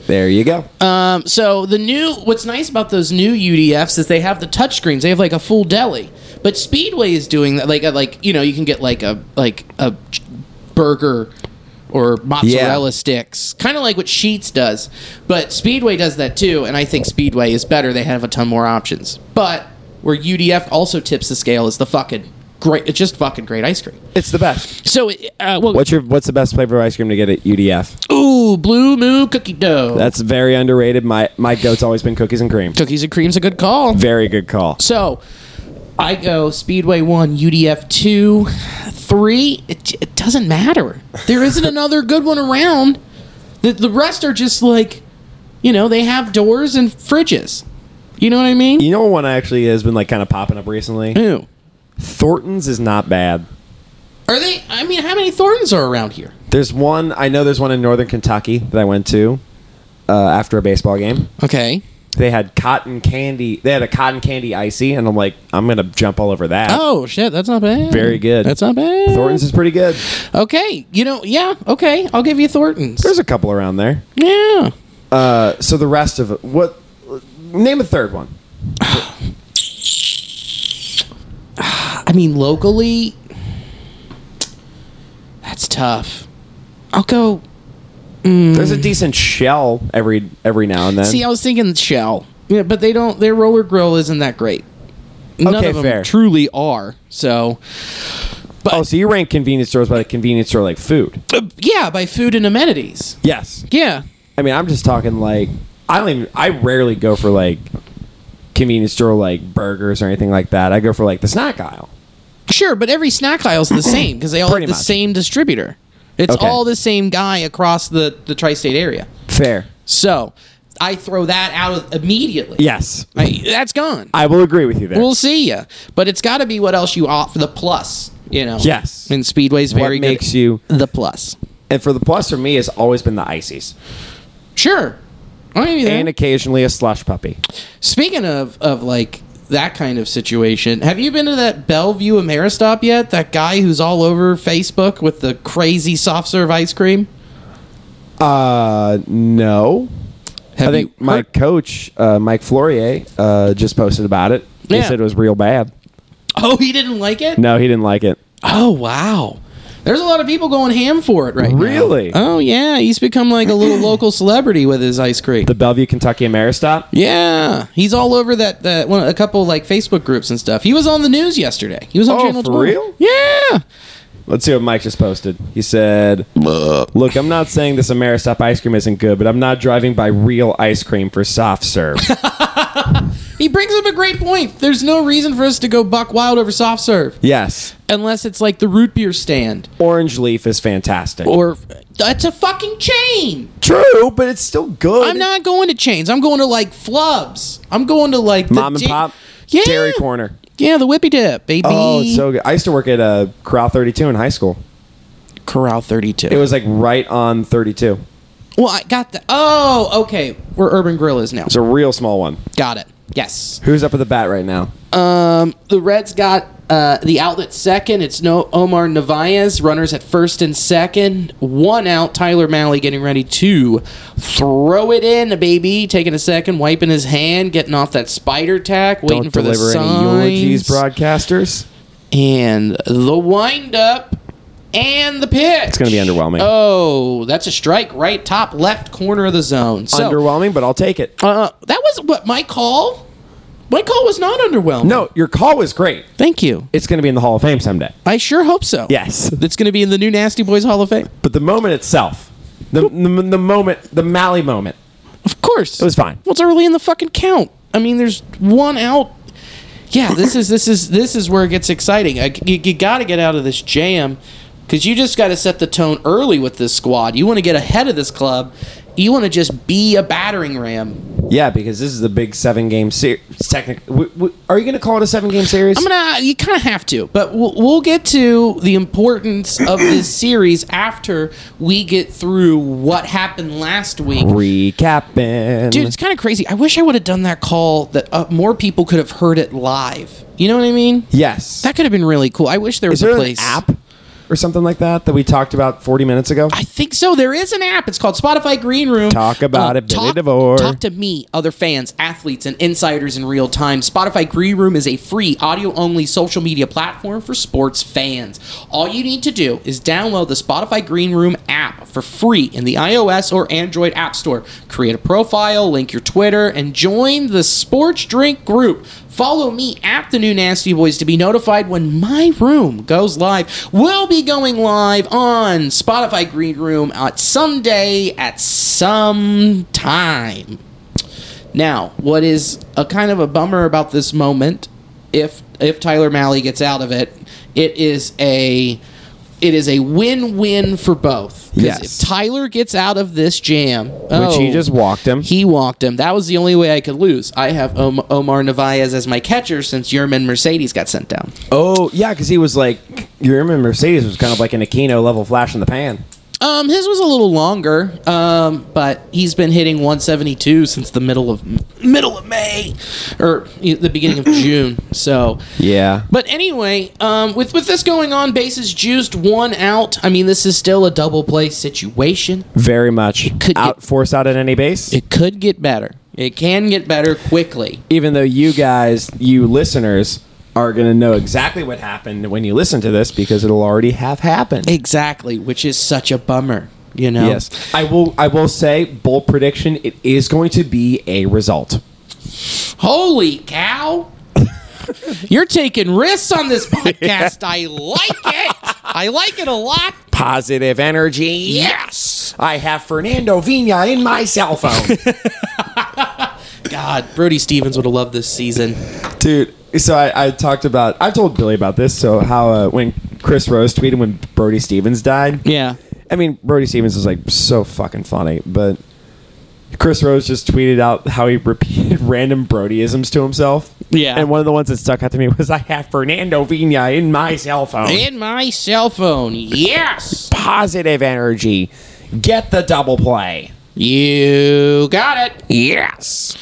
B: There you go.
A: um, so the new what's nice about those new UDFs is they have the touchscreens. They have like a full deli. But Speedway is doing that like a, like you know, you can get like a like a ch- burger or mozzarella
B: Yeah.
A: sticks, kind of like what Sheets does. But Speedway does that too, and I think Speedway is better. They have a ton more options. But where UDF also tips the scale is the fucking great it's just fucking great ice cream.
B: it's the best.
A: So uh, well,
B: What's your What's the best flavor of ice cream to get at UDF?
A: ooh, blue moon cookie dough.
B: That's very underrated. My my goat's always been cookies and cream.
A: Cookies and cream's a good call.
B: Very good call.
A: So I go Speedway 1, UDF 2, 3. It, it doesn't matter. There isn't another good one around. The, the rest are just like, you know, they have doors and fridges. You know what I mean?
B: You know what one actually has been like kind of popping up recently?
A: Ew.
B: Thornton's is not bad.
A: Are they? I mean, how many Thorntons are around here?
B: There's one I know. There's one in Northern Kentucky that I went to uh, after a baseball game.
A: Okay.
B: They had cotton candy. They had a cotton candy icy, and I'm like, I'm gonna jump all over that.
A: Oh, shit. That's not bad.
B: Very good.
A: That's not bad.
B: Thornton's is pretty good.
A: Okay. You know, yeah. Okay. I'll give you Thorntons.
B: There's a couple around there.
A: yeah.
B: Uh, so the rest of it, what? Name a third one.
A: I mean, locally, that's tough. I'll go.
B: There's a decent shell every every now and then.
A: See, I was thinking Shell. Yeah, but they don't. Their roller grill isn't that great. None
B: Okay,
A: of them
B: fair.
A: truly are. So,
B: oh, so you rank convenience stores by the convenience store like food?
A: uh, yeah, by food and amenities.
B: Yes.
A: Yeah.
B: I mean, I'm just talking like I don't even. I rarely go for like convenience store like burgers or anything like that. I go for like the snack aisle.
A: Sure, but every snack aisle's the same because they all have
B: Pretty
A: the
B: much.
A: same distributor. It's
B: Okay.
A: all the same guy across the, the tri state area.
B: Fair.
A: So, I throw that out immediately.
B: Yes,
A: I, that's gone.
B: I will agree with you there.
A: We'll see ya. But it's got to be what else you offer the plus, you know.
B: Yes.
A: And Speedway's
B: What
A: very good
B: makes
A: at
B: you-
A: the plus.
B: and for the plus for me has always been the ices
A: Sure. I mean, that-
B: and occasionally a slush puppy.
A: speaking of of like that kind of situation, have you been to that Bellevue Ameristop yet? That guy who's all over Facebook with the crazy soft serve ice cream.
B: Uh, no.
A: Have
B: I think
A: you
B: my
A: heard-
B: coach, uh, Mike Flourier, uh, just posted about it. He
A: Yeah.
B: said it was real bad.
A: Oh, he didn't like it.
B: No, he didn't like it.
A: Oh wow. There's a lot of people going ham for it right now.
B: Really?
A: Oh yeah, he's become like a little local celebrity with his ice cream.
B: The Bellevue, Kentucky Ameristop.
A: Yeah, he's all over that that one, a couple like Facebook groups and stuff. He was on the news yesterday. He was on
B: Oh,
A: Channel
B: for
A: 12.
B: real?
A: Yeah.
B: Let's see what Mike just posted. He said, "Look, I'm not saying this Ameristop ice cream isn't good, but I'm not driving by real ice cream for soft serve."
A: He brings up a great point. There's no reason for us to go buck wild over soft serve
B: Yes.
A: unless it's like the root beer stand
B: Orange leaf is fantastic.
A: or that's a fucking chain.
B: True, but it's still good.
A: I'm not going to chains. I'm going to like flubs. I'm going to like the
B: Mom and
A: di-
B: pop.
A: Yeah.
B: Dairy corner.
A: Yeah, the whippy dip, baby.
B: Oh, it's so good. I used to work at uh, Corral 32 in high school.
A: Corral 32.
B: It was like right on 32.
A: well, I got the Oh, okay. Where Urban Grill is now.
B: It's a real small one.
A: Got it. Yes.
B: Who's up at the bat right now?
A: Um, the Reds got uh, the outlet second. It's no Omar Navaez. Runners at first and second. One out. Tyler Malley getting ready to throw it in, baby. Taking a second, wiping his hand, getting off that spider tack, waiting
B: Don't
A: for the
B: deliver any
A: signs.
B: eulogies, broadcasters.
A: and the windup and the pitch. It's
B: gonna be underwhelming.
A: Oh, that's a strike right top left corner of the zone. So,
B: Underwhelming, but I'll take it.
A: uh, that was what my call. My call was not underwhelming.
B: No, your call was great.
A: Thank you.
B: It's going to be in the Hall of Fame someday.
A: I sure hope so.
B: Yes.
A: That's going to be in the new Nasty Boys Hall of Fame.
B: But the moment itself, the, the, the moment, the Mally moment,
A: Of course.
B: it was fine.
A: Well, it's early in the fucking count. I mean, there's one out. Yeah, this is this is this is where it gets exciting. I, you you got to get out of this jam because you just got to set the tone early with this squad. You want to get ahead of this club. You want to just be a battering ram.
B: Yeah, because this is the big seven game series. Technic- w- w- are you going to call it a seven game series?
A: I'm gonna. You kind of have to, but we'll, we'll get to the importance of this series after we get through what happened last week.
B: Recapping.
A: Dude, it's kind of crazy. I wish I would have done that call that uh, more people could have heard it live. You know what I mean?
B: yes.
A: That could have been really cool. I wish there was
B: is there
A: a
B: an
A: place.
B: app or something like that that we talked about 40 minutes ago?
A: I think so. There is an app. It's called Spotify Green Room. Uh,
B: Talk about it, Billy
A: talk,
B: DeVore.
A: Talk to me, other fans, athletes, and insiders in real time. Spotify Green Room is a free, audio only social media platform for sports fans. All you need to do is download the Spotify Green Room app for free in the iOS or Android App Store. Create a profile, link your Twitter, and join the Sports Drink group. Follow me at the new Nasty Boys to be notified when my room goes live. We'll be going live on Spotify Green Room at some day at some time. Now, what is a kind of a bummer about this moment, if if Tyler Malley gets out of it, it is a it is a win-win for both. 'Cause
B: Yes.
A: If Tyler gets out of this jam, which
B: he just walked him.
A: he walked him. That was the only way I could lose. I have Om- Omar Navaez as my catcher since Yerman Mercedes got sent down.
B: Oh, yeah, because he was like, you remember Mercedes was kind of like an Aquino level flash in the pan.
A: Um, his was a little longer, um, but he's been hitting 172 since the middle of middle of May, or you know, the beginning of June. So
B: Yeah.
A: But anyway, um, with with this going on, bases juiced, one out. I mean, this is still a double play situation.
B: Very much.
A: could
B: out,
A: get-
B: force out at any base.
A: It could get better. It can get better quickly.
B: even though you guys, you listeners, are going to know exactly what happened when you listen to this because it'll already have happened.
A: Exactly, which is such a bummer. You know.
B: Yes, I will. I will say bold prediction: it is going to be a result.
A: Holy cow! You're taking risks on this podcast. I like it. I like it a lot.
B: Positive energy.
A: Yes.
B: I have Fernando Vina in my cell phone,
A: God, Brody Stevens would have loved this season.
B: dude. So I, I talked about. I told Billy about this. So how uh, when Chris Rose tweeted when Brody Stevens died.
A: Yeah.
B: I mean, Brody Stevens is like so fucking funny, but Chris Rose just tweeted out how he repeated random Brodyisms to himself.
A: Yeah.
B: And one of the ones that stuck out to me was I have Fernando Vina in my cell phone.
A: In my cell phone. Yes.
B: Positive energy. Get the double play.
A: You got it.
B: Yes.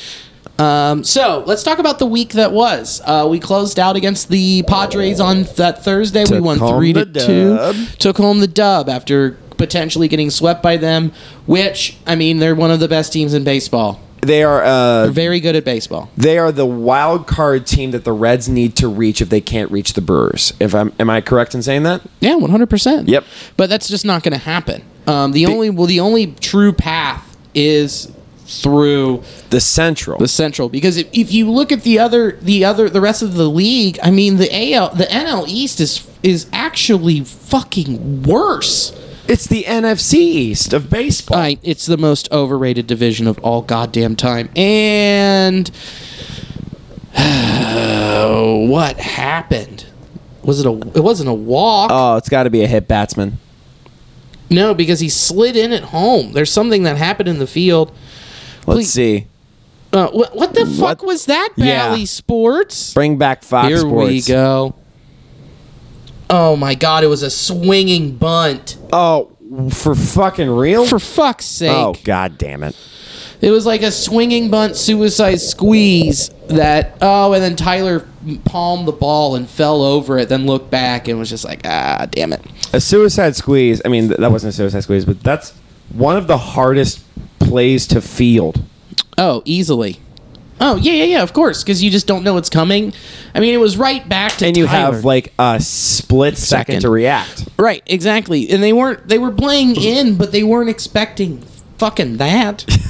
A: Um, so let's talk about the week that was. Uh, we closed out against the Padres on that Thursday. we
B: Took
A: won
B: home
A: three to
B: the dub.
A: two. Took home the dub after potentially getting swept by them. Which I mean, they're one of the best teams in baseball.
B: They are uh
A: They're very good at baseball.
B: they are the wild card team that the Reds need to reach if they can't reach the Brewers. If I'm am I correct in saying that?
A: Yeah, one hundred percent.
B: Yep.
A: But that's just not going to happen. Um, the only well, the only true path is through
B: The Central.
A: the Central because if, if you look at the other the other the rest of the league, I mean the AL the NL East is is actually fucking worse.
B: it's the NFC East of baseball.
A: I, it's the most overrated division of all goddamn time, and Oh, what happened? Was it a? It wasn't a walk.
C: Oh, it's got to be a hit batsman.
A: no, because he slid in at home. There's something that happened in the field.
C: Let's
A: Please-
C: see.
A: Uh, what, what the
C: What?
A: fuck was that,
C: Yeah.
A: Bally Sports?
C: Bring back Fox
A: Here
C: Sports.
A: we go. Oh my god, it was a swinging bunt.
B: Oh, for fucking real?
A: For fuck's sake.
C: Oh God damn it!
A: It was like a swinging bunt suicide squeeze that oh and then Tyler palmed the ball and fell over it then looked back and was just like ah damn it.
B: a suicide squeeze. I mean, th- that wasn't a suicide squeeze, but that's one of the hardest plays to field.
A: Oh, easily. Oh, yeah yeah yeah, of course cuz you just don't know what's coming. I mean, it was right back to
B: And you
A: Tyler.
B: have like a split second,
A: Second.
B: to react.
A: Right, exactly. And they weren't they were playing in but they weren't expecting fucking that.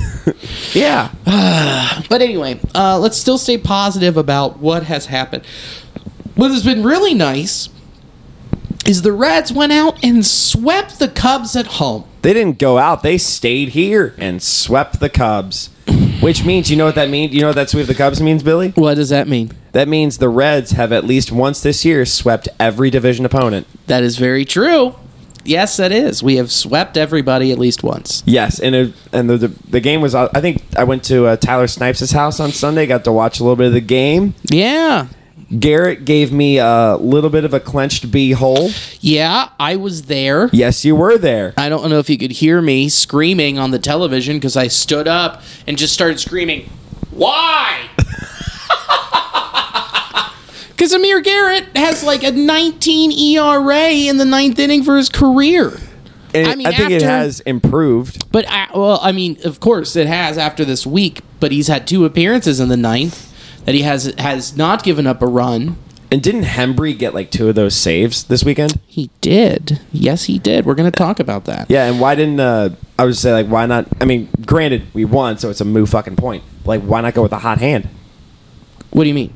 B: Yeah.
A: But anyway, uh, let's still stay positive about what has happened. What has been really nice is the Reds went out and swept the Cubs at home.
B: They didn't go out. They stayed here and swept the Cubs. Which means, you know what that means? You know what that sweep the Cubs means, Billy?
A: What does that mean?
B: That means the Reds have at least once this year swept every division opponent.
A: That is very true. Yes, that is. We have swept everybody at least once.
B: Yes, and it, and the, the the game was. uh, I think I went to uh, Tyler Snipes' house on Sunday. Got to watch a little bit of the game.
A: Yeah.
B: Garrett gave me a little bit of a clenched B hole.
A: Yeah, I was there.
B: Yes, you were there.
A: I don't know if you could hear me screaming on the television because I stood up and just started screaming, Why? Because Amir Garrett has like a 19 ERA in the ninth inning for his career.
B: And
A: I mean,
B: I think it
A: after-
B: has improved.
A: But, I, well, I mean, of course it has after this week, but he's had two appearances in the ninth that he has has not given up a run.
B: And didn't Hembry get like two of those saves this weekend?
A: He did. Yes, he did. We're going to talk about that.
B: Yeah, and why didn't uh, I would say like why not? I mean, granted we won, so it's a moo fucking point. Like why not go with a hot hand?
A: What do you mean?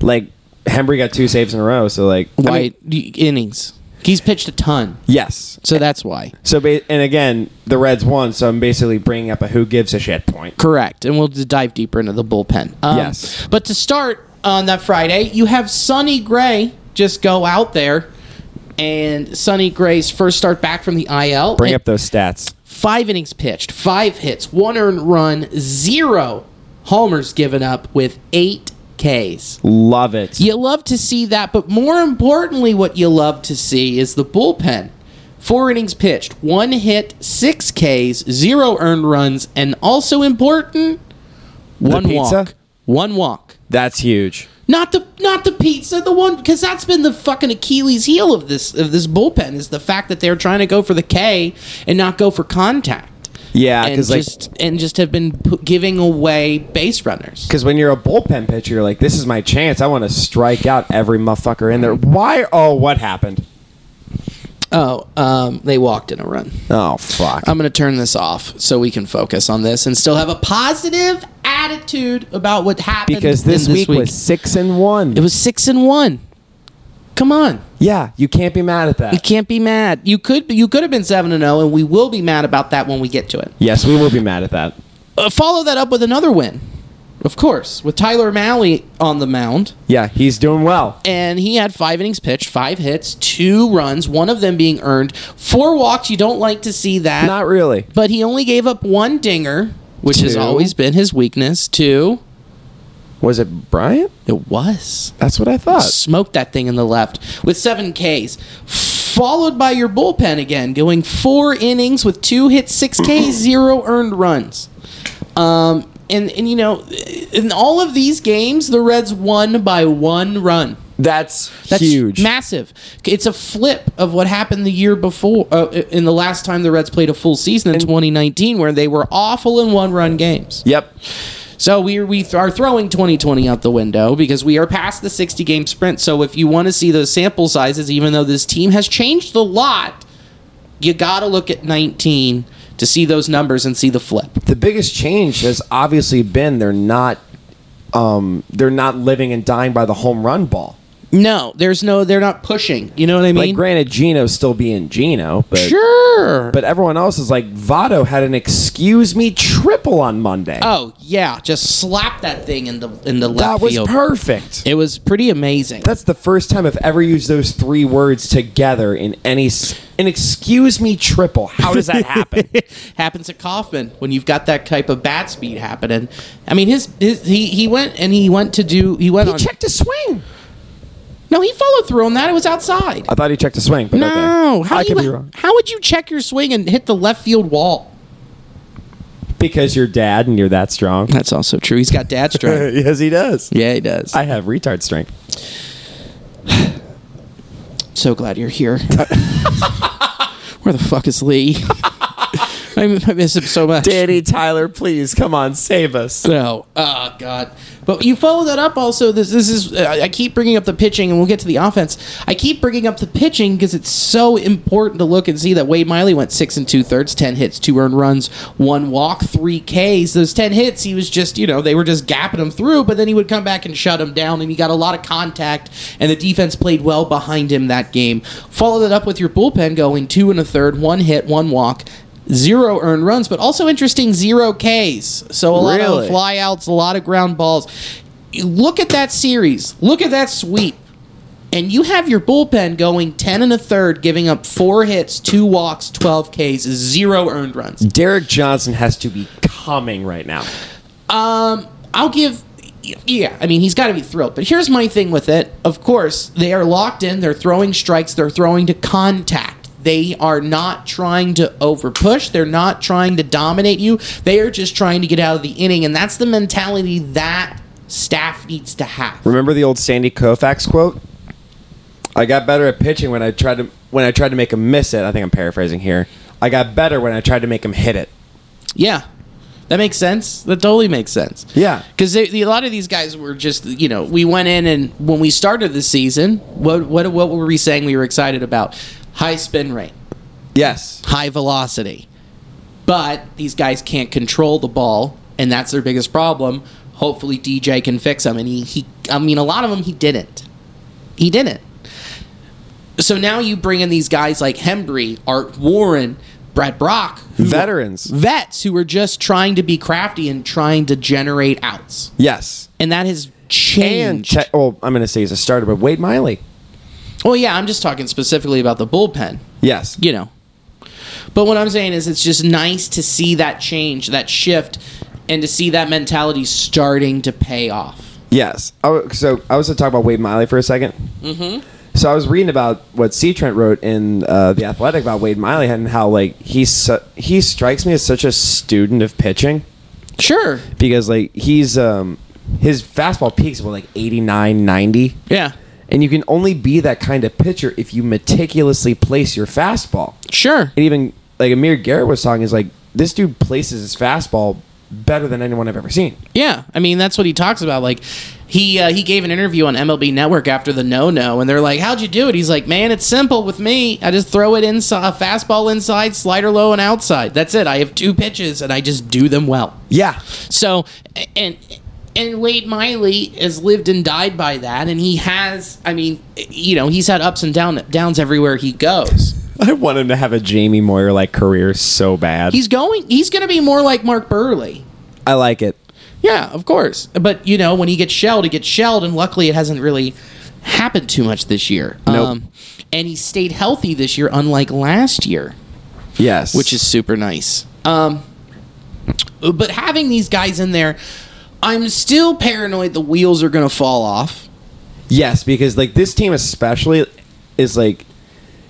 B: Like Hembry got two saves in a row, so like I
A: Why
B: mean,
A: innings? He's pitched a ton.
B: yes.
A: So that's why.
B: So ba- and again, the Reds won, so I'm basically bringing up a who gives a shit point.
A: Correct. And we'll d- dive deeper into the bullpen. Um,
B: Yes.
A: But to start on that Friday, you have Sonny Gray just go out there. And Sonny Gray's first start back from the IL.
B: Bring
A: And
B: up those stats.
A: Five innings pitched, five hits, one earned run, zero homers given up with eight Ks.
B: Love it.
A: You love to see that, but more importantly, what you love to see is the bullpen. Four innings pitched, one hit, six Ks, zero earned runs, and also important, one
B: pizza?
A: walk. One walk.
B: That's huge.
A: Not the not the pizza, the one because that's been the fucking Achilles heel of this of this bullpen is the fact that they're trying to go for the K and not go for contact.
B: Yeah,
A: and
B: because like
A: just and just have been p- giving away base runners.
B: Because when you're a bullpen pitcher, you're like, this is my chance. I want to strike out every motherfucker in there. Why? Oh, what happened?
A: Oh, um, they walked in a run.
B: Oh, fuck.
A: I'm going to turn this off so we can focus on this and still have a positive attitude about what happened.
B: because
A: in
B: this, week, was six and one.
A: it was six and one. Come on,
B: yeah, you can't be mad at
A: you
B: that.
A: can't be mad. You could you could have been seven and zero, and we will be mad about that when we get to it.
B: Yes, we will be mad at that.
A: Uh, follow that up with another win, of course, with Tyler Malley on the mound.
B: Yeah, he's doing well.
A: and he had five innings pitched, five hits, two runs, one of them being earned, four walks. You don't like to see that.
B: Not really.
A: But he only gave up one dinger, which has
B: Two.
A: always been his weakness. Two.
B: Was it Bryant?
A: It was.
B: That's what I thought.
A: Smoked that thing in the left with seven Ks. Followed by your bullpen again, going four innings with two hits, six Ks, zero earned runs. Um, and, and, you know, in all of these games, the Reds won by one run.
B: That's,
A: That's
B: huge.
A: massive. It's a flip of what happened the year before, uh, in the last time the Reds played a full season in 2019, where they were awful in one-run games.
B: yep.
A: So we we th- are throwing 2020 out the window because we are past the 60-game sprint. So if you want to see those sample sizes, even though this team has changed a lot, you got to look at 19 to see those numbers and see the flip.
B: The biggest change has obviously been they're not, um, they're not living and dying by the home run ball.
A: No, there's no. They're not pushing. You know what I mean?
B: Like, granted, Gino's still being Gino, but
A: sure.
B: but everyone else is like, Votto had an excuse me triple on Monday.
A: oh yeah, just slap that thing in the in the
B: that
A: left
B: was
A: field.
B: perfect.
A: It was pretty amazing.
B: That's the first time I've ever used those three words together in any. s- An excuse me triple. How does that happen?
A: happens at Kaufman when you've got that type of bat speed happening. I mean, his, his he he went and he went to do he went
B: he
A: on.
B: checked a swing.
A: no, he followed through on that. It was outside.
B: I thought he checked a swing, but
A: No,
B: okay.
A: how
B: I
A: do
B: could
A: you,
B: be wrong.
A: How would you check your swing and hit the left field wall?
B: Because you're dad and you're that strong.
A: That's also true. He's got dad strength.
B: yes, he does.
A: yeah, he does.
B: I have retard strength.
A: so glad you're here. Where the fuck is Lee? I, I miss him so much.
B: Danny Tyler, please come on, save us.
A: No, oh god! But you follow that up also. This this is I I keep bringing up the pitching, and we'll get to the offense. I keep bringing up the pitching because it's so important to look and see that Wade Miley went six and two thirds, ten hits, two earned runs, one walk, three Ks. Those ten hits, he was just you know they were just gapping him through, but then he would come back and shut him down, and he got a lot of contact, and the defense played well behind him that game. Follow that up with your bullpen going two and a third, one hit, one walk. Zero earned runs, but also interesting zero Ks. So a lot
B: Really?
A: of uh, flyouts, a lot of ground balls. You look at that series. Look at that sweep. And you have your bullpen going 10 and a third, giving up four hits, two walks, 12 Ks, zero earned runs.
B: Derek Johnson has to be coming right now.
A: I'll give. Yeah, I mean, he's got to be thrilled. But here's my thing with it. Of course, they are locked in. They're throwing strikes. They're throwing to contact. They are not trying to overpush. They're not trying to dominate you. They are just trying to get out of the inning. And that's the mentality that staff needs to have.
B: Remember the old Sandy Koufax quote? I got better at pitching when I tried to when I tried to make him miss it. I think I'm paraphrasing here. I got better when I tried to make him hit it.
A: Yeah. That makes sense. That totally makes sense.
B: Yeah.
A: because a lot of these guys were just, you know, we went in and when we started the season, what what what were we saying? We were excited about high spin rate,
B: Yes.
A: high velocity, but these guys can't control the ball, and that's their biggest problem. Hopefully, DJ can fix them, and he, he I mean, a lot of them he didn't, he didn't. So now you bring in these guys like Hembry, Art Warren, Brett Brock, who-
B: Veterans.
A: vets who are just trying to be crafty and trying to generate outs.
B: Yes.
A: And that has
B: And
A: changed.
B: te- well, I'm going to say he's a starter, but Wade Miley.
A: well, Oh, yeah, I'm just talking specifically about the bullpen,
B: Yes.
A: you know. But what I'm saying is it's just nice to see that change, that shift, and to see that mentality starting to pay off.
B: Yes. I, w- so I was going to talk about Wade Miley for a 2nd Mm-hmm. So I was reading about what C. Trent wrote in uh, the Athletic about Wade Miley and how like he's su- he strikes me as such a student of pitching
A: Sure.
B: because like he's um his fastball peaks were like 89, 90.
A: Yeah.
B: And you can only be that kind of pitcher if you meticulously place your fastball.
A: Sure.
B: And even like Amir Garrett was talking is like this dude places his fastball better than anyone I've ever seen.
A: Yeah, I mean that's what he talks about. Like he uh, he gave an interview on MLB Network after the no no, and they're like, "How'd you do it?" He's like, "Man, it's simple with me. I just throw it inside, a fastball inside, slider low and outside. That's it. I have two pitches, and I just do them well."
B: Yeah.
A: So and and Wade Miley has lived and died by that, and he has. I mean, you know, he's had ups and down downs everywhere he goes.
B: I want him to have a Jamie Moyer like career so bad.
A: He's going. He's going to be more like Mark Burley.
B: I like it.
A: Yeah, of course. But you know, when he gets shelled, he gets shelled, and luckily it hasn't really happened too much this year. Um,
B: Nope.
A: and he stayed healthy this year, unlike last year,
B: Yes.
A: which is super nice. Um, but having these guys in there, I'm still paranoid the wheels are going to fall off.
B: yes because like this team especially is like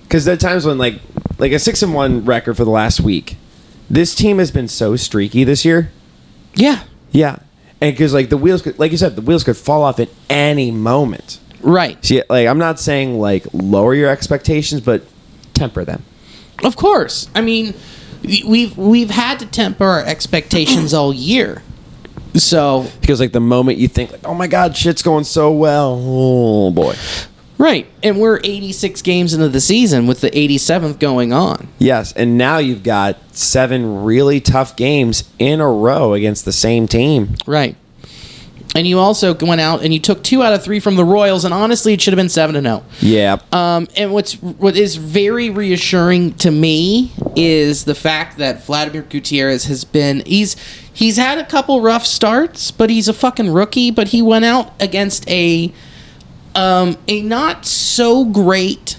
B: because there are times when like like a six and one record for the last week. This team has been so streaky this year.
A: Yeah,
B: Yeah, and because like the wheels could like you said the wheels could fall off at any moment.
A: right.
B: See, like I'm not saying like lower your expectations, but temper them.
A: Of course. I mean, we- we've we've had to temper our expectations all year. So
B: Because like the moment you think like, oh my god, shit's going so well, oh boy.
A: Right. And we're 86 games into the season with the 87th going on.
B: Yes, and now you've got seven really tough games in a row against the same team.
A: Right. And you also went out and you took two out of three from the Royals, and honestly, it should have been seven to zero.
B: Yeah.
A: Um, and what's what is very reassuring to me is the fact that Vladimir Gutierrez has been he's he's had a couple rough starts, but he's a fucking rookie. But he went out against a um, a not so great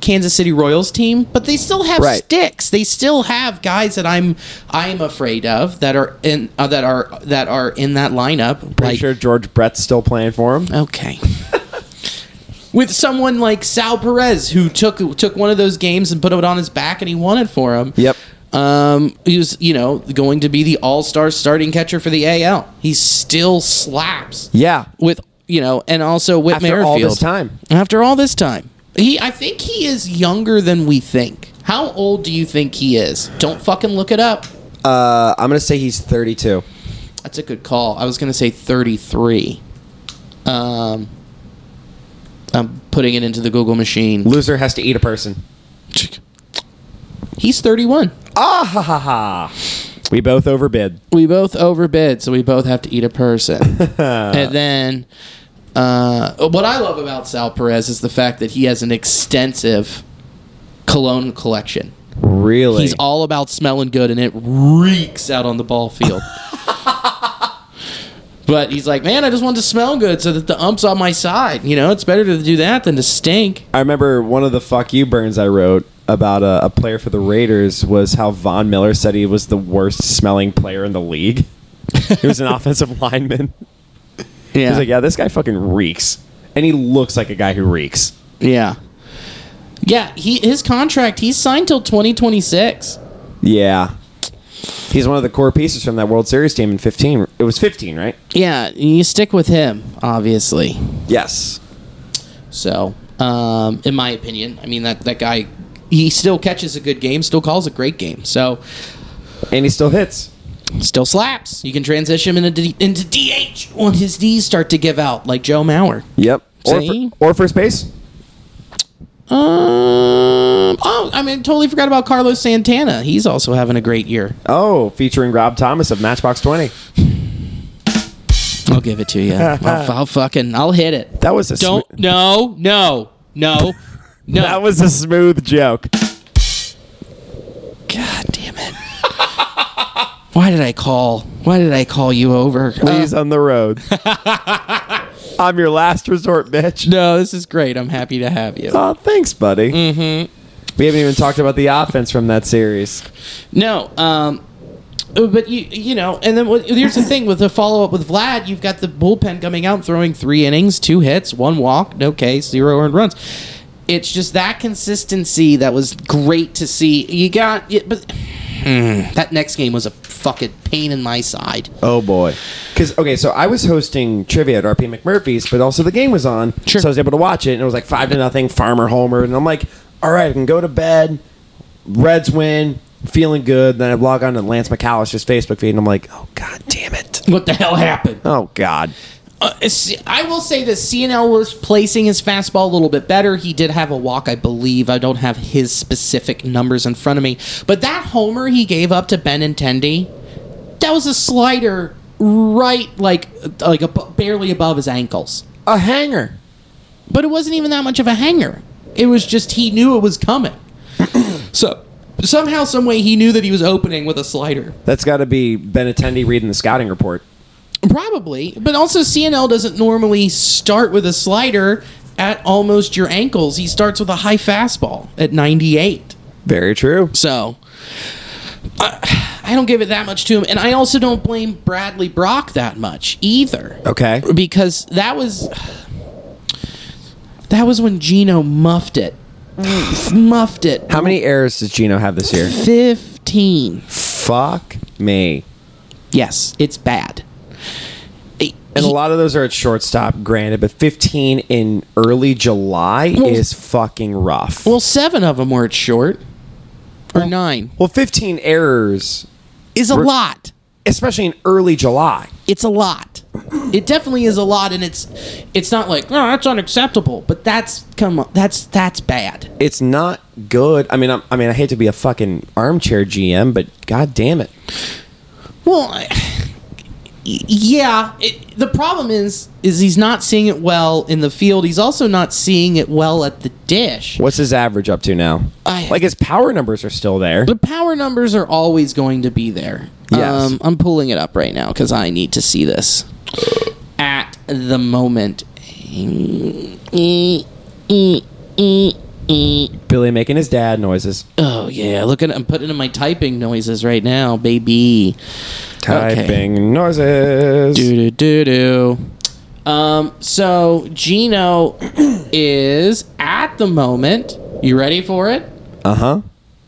A: Kansas City Royals team, but they still have
C: Right.
A: sticks. They still have guys that I'm I'm afraid of that are in uh, that are that are in that lineup.
B: Pretty
A: like-
B: sure George Brett's still playing for him.
A: Okay. With someone like Sal Perez, who took took one of those games and put it on his back, and he won it for him.
C: Yep.
A: Um, he was, you know, going to be the All Star starting catcher for the AL. He still slaps.
C: Yeah.
A: With you know, and also Whit
C: After
A: Merrifield.
C: all this time.
A: After all this time, he. I think he is younger than we think. How old do you think he is? Don't fucking look it up.
C: Uh, I'm gonna say he's 32.
A: That's a good call. I was going to say 33. Um, I'm putting it into the Google machine.
C: Loser has to eat a person.
A: He's 31.
B: We both overbid.
A: We both overbid, so we both have to eat a person. and then, uh, what I love about Sal Perez is the fact that he has an extensive cologne collection.
C: Really?
A: He's all about smelling good, and it reeks out on the ball field. but he's like, man, I just want to smell good so that the ump's on my side. You know, it's better to do that than to stink.
B: I remember one of the fuck you burns I wrote about a, a player for the Raiders was how Von Miller said he was the worst smelling player in the league. he was an offensive lineman. He
A: Yeah,
B: was like, yeah, this guy fucking reeks. And he looks like a guy who reeks.
A: yeah, yeah. He his contract. He's signed till twenty twenty six.
B: Yeah. He's one of the core pieces from that World Series team in 15. It was 15, right?
A: Yeah, you stick with him, obviously.
B: Yes.
A: So, um, in my opinion, I mean that that guy, he still catches a good game, still calls a great game. So,
B: And he still hits.
A: still slaps. You can transition him into, D- into DH when his D's start to give out, like Joe Mauer.
B: Yep. Or,
A: See?
B: fir- or first base.
A: Um, oh, I mean, totally forgot about Carlos Santana. He's also having a great year.
B: Oh, featuring Rob Thomas of Matchbox 20.
A: I'll give it to you. I'll, I'll fucking, I'll hit it.
B: That was a sm-
A: Don't, no, no, no, no.
B: that was a smooth joke.
A: Uh. God damn it. Why did I call? Why did I call you over? Uh,
B: Please on the road. I'm your last resort, bitch.
A: no, this is great. I'm happy to have you.
B: Oh, thanks, buddy. Mm-hmm. We haven't even talked about the offense from that series.
A: No, um, uh, but you you know, and then what, here's the thing with the follow up with Vlad, you've got the bullpen coming out and throwing three innings, two hits, one walk, no case, zero earned runs. It's just that consistency that was great to see. You got, yeah, but that next game was a fucking pain in my side.
B: Oh boy. Because okay, so I was hosting trivia at RP McMurphy's, but also the game was on,
A: Sure.
B: so I was able to watch it, and it was like five to nothing, Farmer Homer, and I'm like, all right, I can go to bed. Reds win, feeling good. Then I log on to Lance McAllister's Facebook feed, and I'm like, oh god damn it,
A: What the hell happened?
B: oh god.
A: Uh, it's- I will say this: CNL was placing his fastball a little bit better. He did have a walk, I believe. I don't have his specific numbers in front of me, but that homer he gave up to Benintendi, that was a slider right like like ab- barely above his ankles.
B: A hanger.
A: But it wasn't even that much of a hanger. It was just he knew it was coming. so somehow, some way, he knew that he was opening with a slider.
B: That's got to be Ben Attendee reading the scouting report.
A: Probably, but also CNL doesn't normally start with a slider at almost your ankles. He starts with a high fastball at 98.
B: Very true.
A: So I, I don't give it that much to him, and I also don't blame Bradley Brock that much either.
B: Okay.
A: because that was that was when Gino muffed it, muffed it.
B: How many errors does Gino have this year?
A: Fifteen.
B: Fuck me.
A: Yes, it's bad. He-
B: And a lot of those are at shortstop, granted, but 15 in early July
A: Well-
B: is fucking rough.
A: Well, seven of them were at short, or nine.
B: Well, 15 errors,
A: Is a
B: We're-
A: lot.
B: especially in early July.
A: It's a lot. It definitely is a lot, and it's it's not like oh that's unacceptable, but that's come on, that's that's bad.
B: It's not good. I mean, I'm, I mean, I hate to be a fucking armchair GM, but god damn it.
A: Well, I- y- yeah, it, the problem is is he's not seeing it well in the field. He's also not seeing it well at the dish.
B: What's his average up to now?
A: I-
B: like his power numbers are still there.
A: The power numbers are always going to be there.
B: Yes.
A: Um, I'm pulling it up right now because I need to see this at the moment.
B: Billy making his dad noises.
A: Oh yeah, look at I'm putting in my typing noises right now, baby.
B: Typing noises.
A: Do do do do. Um, so Gino is at the moment. You ready for it?
B: Uh huh.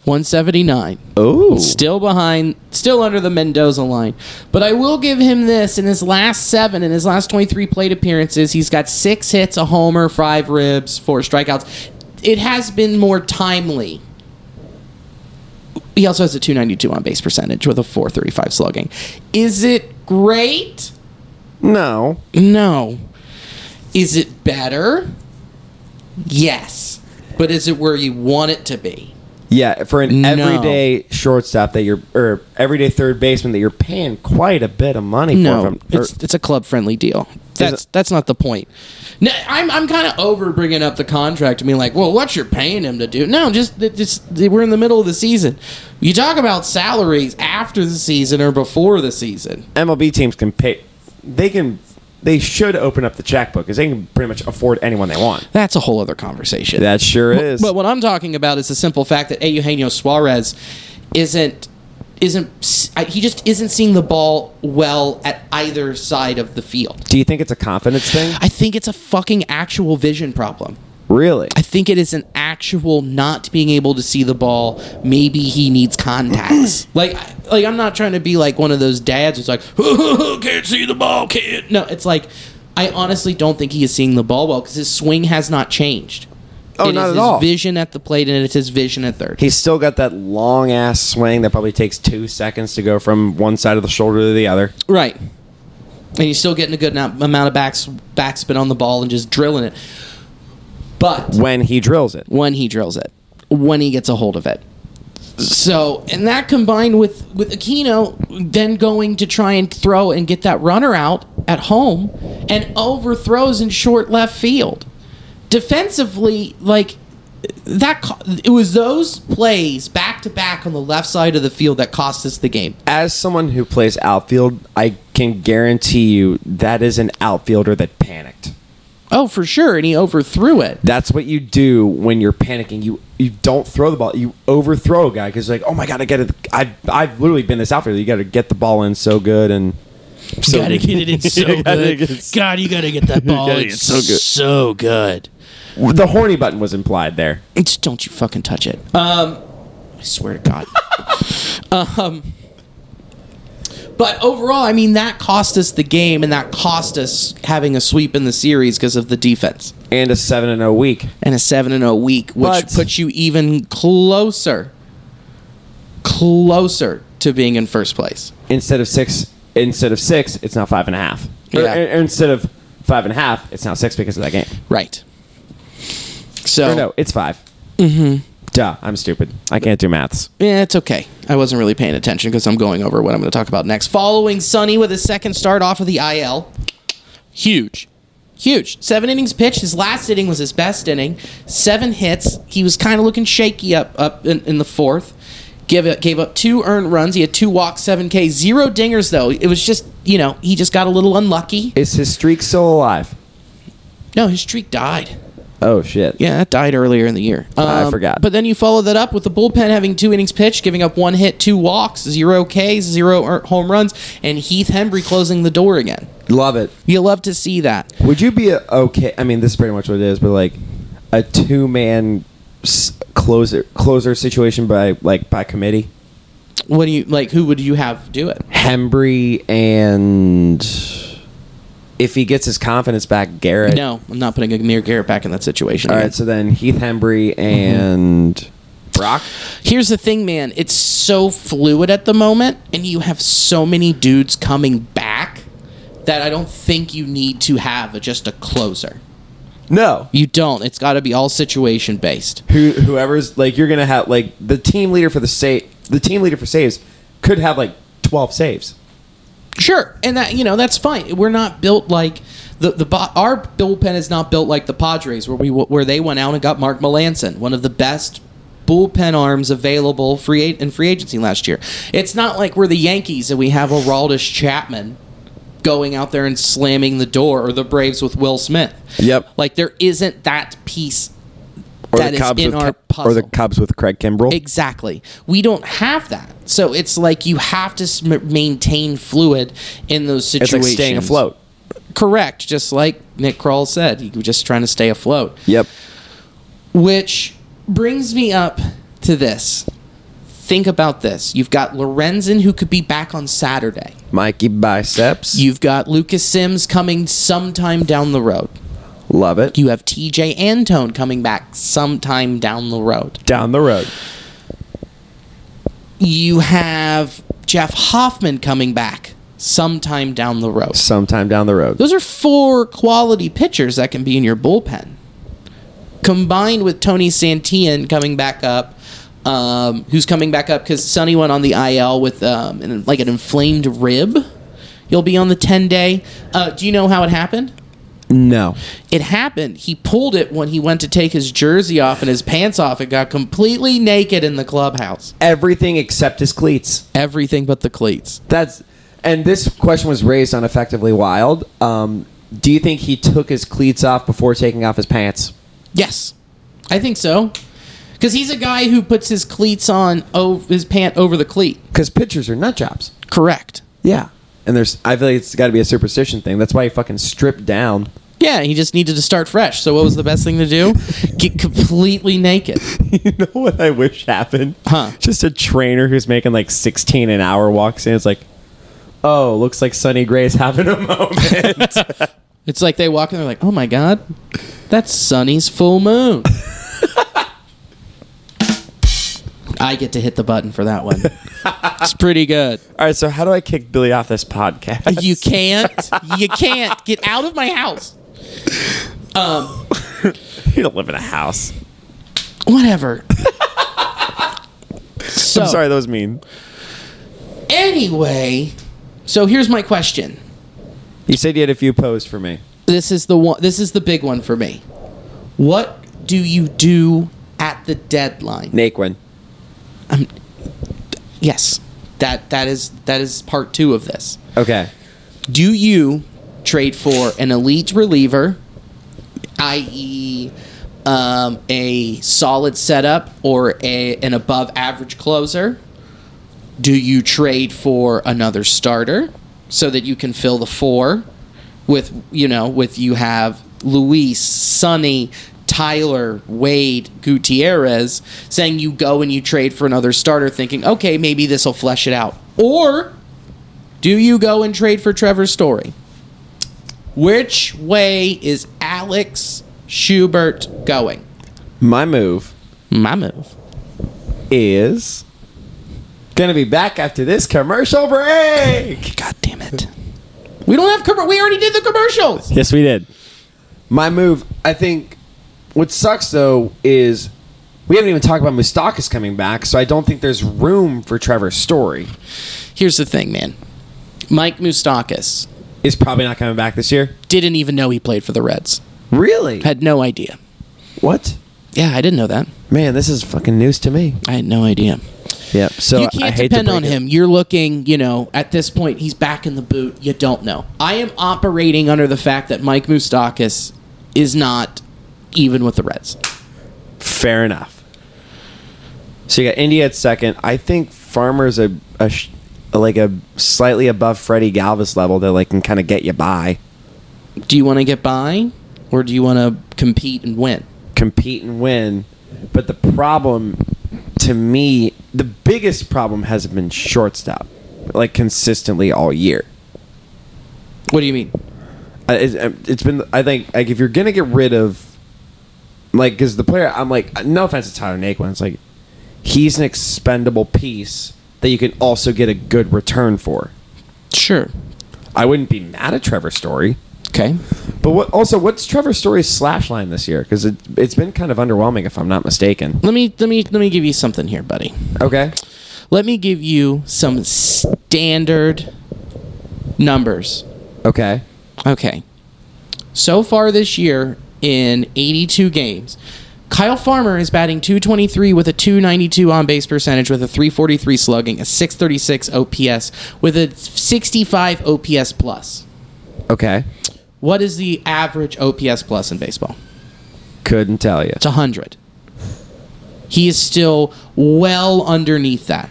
A: 179.
B: Ooh.
A: Still behind, still under the Mendoza line. But I will give him this in his last seven, in his last 23 plate appearances, he's got six hits, a homer, five ribs, four strikeouts. It has been more timely. He also has a 292 on base percentage with a 435 slugging. Is it great?
B: No.
A: No. Is it better? Yes. But is it where you want it to be?
B: Yeah, for an
A: No.
B: everyday shortstop that you're, or everyday third baseman that you're paying quite a bit of money for.
A: No,
B: if I'm- or-
A: it's, it's a club friendly deal. That's
B: it-
A: that's not the point. No, I'm I'm kind of over bringing up the contract and being like, well, what you're paying him to do? No, just that- just that we're in the middle of the season. You talk about salaries after the season or before the season.
B: MLB teams can pay. They can. They should open up the checkbook because they can pretty much afford anyone they want.
A: That's a whole other conversation.
B: That sure is.
A: But what I'm talking about is the simple fact that Eugenio Suarez isn't isn't I- he just isn't seeing the ball well at either side of the field.
B: Do you think it's a confidence thing?
A: I think it's a fucking actual vision problem.
B: Really?
A: I think it is an actual not being able to see the ball. Maybe he needs contacts. like, I- like I'm not trying to be like one of those dads who's like, can't see the ball, kid. No, it's like I honestly don't think he is seeing the ball well because his swing has not changed.
B: Oh,
A: It is
B: not at
A: his
B: all.
A: Vision at the plate, and it's his vision at third.
B: He's still got that long ass swing that probably takes two seconds to go from one side of the shoulder to the other.
A: Right. And he's still getting a good amount amount of backs, backspin on the ball and just drilling it. But
B: When he drills it,
A: when he drills it, when he gets a hold of it. So, and that combined with with Aquino then going to try and throw and get that runner out at home and overthrows in short left field. Defensively, like that co- it was those plays back to back on the left side of the field that cost us the game.
B: as someone who plays outfield, I can guarantee you that is an outfielder that panicked.
A: Oh, for sure, and he overthrew it.
B: That's what you do when you're panicking. You you don't throw the ball. You overthrow a guy because like, oh my god, I got to. I've I've literally been this outfielder. You got to get the ball in so good and. So
A: gotta get it in so good. God, you gotta get that ball. in so good. So good.
B: the horny button was implied there.
A: It's, don't you fucking touch it. Um, I swear to God. um, but overall, I mean, that cost us the game, and that cost us having a sweep in the series because of the defense
B: And a seven and a week.
A: and a seven and a week, which
B: But-
A: puts you even closer, closer to being in first place.
B: Instead of six, instead of six, it's now five and a half. Or-
A: Yeah.
B: or instead of five and a half, it's now six because of that game.
A: Right. So
B: Or no, it's five. Oh. Mm-hmm. Duh, I'm stupid. I can't do maths.
A: Yeah, Eh, it's okay. I wasn't really paying attention because I'm going over what I'm going to talk about next. Following Sonny with his second start off of the IL. Huge. Huge. Seven innings pitched. His last inning was his best inning. Seven hits. He was kind of looking shaky up up in, in the fourth. Give it, gave up two earned runs. He had two walks, seven K, zero dingers though. It was just you know he just got a little unlucky.
B: Is his streak still alive?
A: No, his streak died.
B: Oh shit.
A: Yeah, that died earlier in the year. Um,
B: I forgot.
A: But then you follow that up with the bullpen having two innings pitched, giving up one hit, two walks, zero Ks, zero er- home runs, and Heath Hembry closing the door again.
B: Love it.
A: You love to see that.
B: Would you be a, okay? I mean, this is pretty much what it is, but like a two man s- closer closer situation by like by committee.
A: What do you like? Who would you have do it?
B: Hembry and if he gets his confidence back, Garrett.
A: No, I'm not putting Amir Garrett back in that situation.
B: All
A: again.
B: right, so then Heath Hembry and Brock.
A: Here's the thing, man. It's so fluid at the moment, and you have so many dudes coming back that I don't think you need to have just a closer.
B: No,
A: You don't. It's got to be all situation based.
B: who whoever's like you're gonna have like the team leader for the save the team leader for saves could have like twelve saves.
A: Sure, and that you know that's fine. We're not built like the the bo- our bullpen is not built like the Padres, where we where they went out and got Mark Melanson, one of the best bullpen arms available free a- in free agency last year. It's not like we're the Yankees and we have Araldis Chapman going out there and slamming the door, or the Braves with Will Smith.
B: Yep.
A: like there isn't that piece
B: Or
A: that
B: the
A: is
B: Cubs
A: in
B: with
A: our
B: Ke-
A: puzzle.
B: or the Cubs with Craig Kimbrell.
A: Exactly. We don't have that. So it's like you have to sm- maintain fluid in those
B: it's
A: situations.
B: like staying afloat.
A: Correct. Just like Nick Kroll said, you were just trying to stay afloat.
B: Yep.
A: Which brings me up to this. Think about this. You've got Lorenzen who could be back on Saturday.
B: Mikey biceps.
A: You've got Lucas Sims coming sometime down the road.
B: love it.
A: You have TJ Antone coming back sometime down the road.
B: down the road.
A: you have Jeff Hoffman coming back sometime down the road.
B: Sometime down the road.
A: Those are four quality pitchers that can be in your bullpen. Combined with Tony Santian coming back up, um, who's coming back up because Sonny went on the IL with um, an, like an inflamed rib. He'll be on the 10 day. Uh, do you know how it happened?
B: No.
A: It happened. He pulled it when he went to take his jersey off and his pants off and got completely naked in the clubhouse.
B: Everything except his cleats.
A: Everything but the cleats.
B: That's and this question was raised on Effectively Wild. Um, do you think he took his cleats off before taking off his pants?
A: Yes, I think so. Because he's a guy who puts his cleats on, ov- his pant over the cleat.
B: Because pitchers are nut jobs.
A: Correct.
B: Yeah. And there's, I feel like it's got to be a superstition thing. That's why he fucking stripped down.
A: Yeah, he just needed to start fresh. So what was the best thing to do? Get completely naked.
D: You know what I wish happened?
A: Huh.
D: Just a trainer who's making like 16 an hour walks in. It's like, oh, looks like Sonny Gray's having a moment.
A: It's like they walk in, they're like, "Oh my god, that's Sunny's full moon." I get to hit the button for that one. It's pretty good.
D: All right, so how do I kick Billy off this podcast?
A: You can't. You can't get out of my house.
D: You don't live in a house.
A: Whatever. So,
D: I'm sorry, that was mean.
A: Anyway, so here's my question.
B: You said you had a few posed for me.
A: This is the one this is the big one for me. What do you do at the deadline?
B: Naquin.
A: Yes. That that is that is part 2 of this.
B: Okay.
A: Do you trade for an elite reliever, i.e., um, a solid setup or a, an above average closer? Do you trade for another starter so that you can fill the four with, you know, with you have Luis, Sonny, Tyler, Wade, Gutierrez saying you go and you trade for another starter thinking, okay, maybe this will flesh it out. Or do you go and trade for Trevor Story? Which way is Alex Schubert going?
B: My move
A: My move.
B: is going to be back after this commercial break.
A: God damn it. We don't have com- we already did the commercials.
D: Yes, we did.
B: My move, I think. What sucks though is we haven't even talked about Mustakas coming back, so I don't think there's room for Trevor's story.
A: Here's the thing, man. Mike Moustakis
B: Is probably not coming back this year.
A: didn't even know he played for the Reds.
B: Really?
A: Had no idea.
B: What?
A: Yeah, I didn't know that.
B: Man, this is fucking news to me.
A: I had no idea.
B: Yep. So
A: you can't depend on him. You're looking, you know, at this point, he's back in the boot. You don't know. I am operating under the fact that Mike Moustakis is not even with the Reds.
B: Fair enough. So you got India at second. I think Farmer's a, a sh- like a slightly above Freddie Galvis level that like can kind of get you by,
A: Do you want to get by or do you want to compete and win?
B: compete and win. But the problem to me, the biggest problem has been shortstop, like consistently all year.
A: What do you mean?
B: I- it's, um, it's been I think like if you're gonna get rid of like because the player I'm like no offense to Tyler Naquin it's like he's an expendable piece that you can also get a good return for.
A: Sure.
B: I wouldn't be mad at Trevor Story,
A: Okay.
B: but what also what's Trevor Story's slash line this year because it it's been kind of underwhelming if I'm not mistaken.
A: Let me let me let me give you something here, buddy.
B: Okay,
A: Let me give you some standard Numbers.
B: Okay.
A: Okay. So far this year, in 82 games, Kyle Farmer is batting 223 with a 292 on base percentage, with a 343 slugging, a 636 OPS, with a 65 OPS plus.
B: Okay.
A: What is the average OPS plus in baseball?
B: Couldn't tell you.
A: It's 100. He is still well underneath that.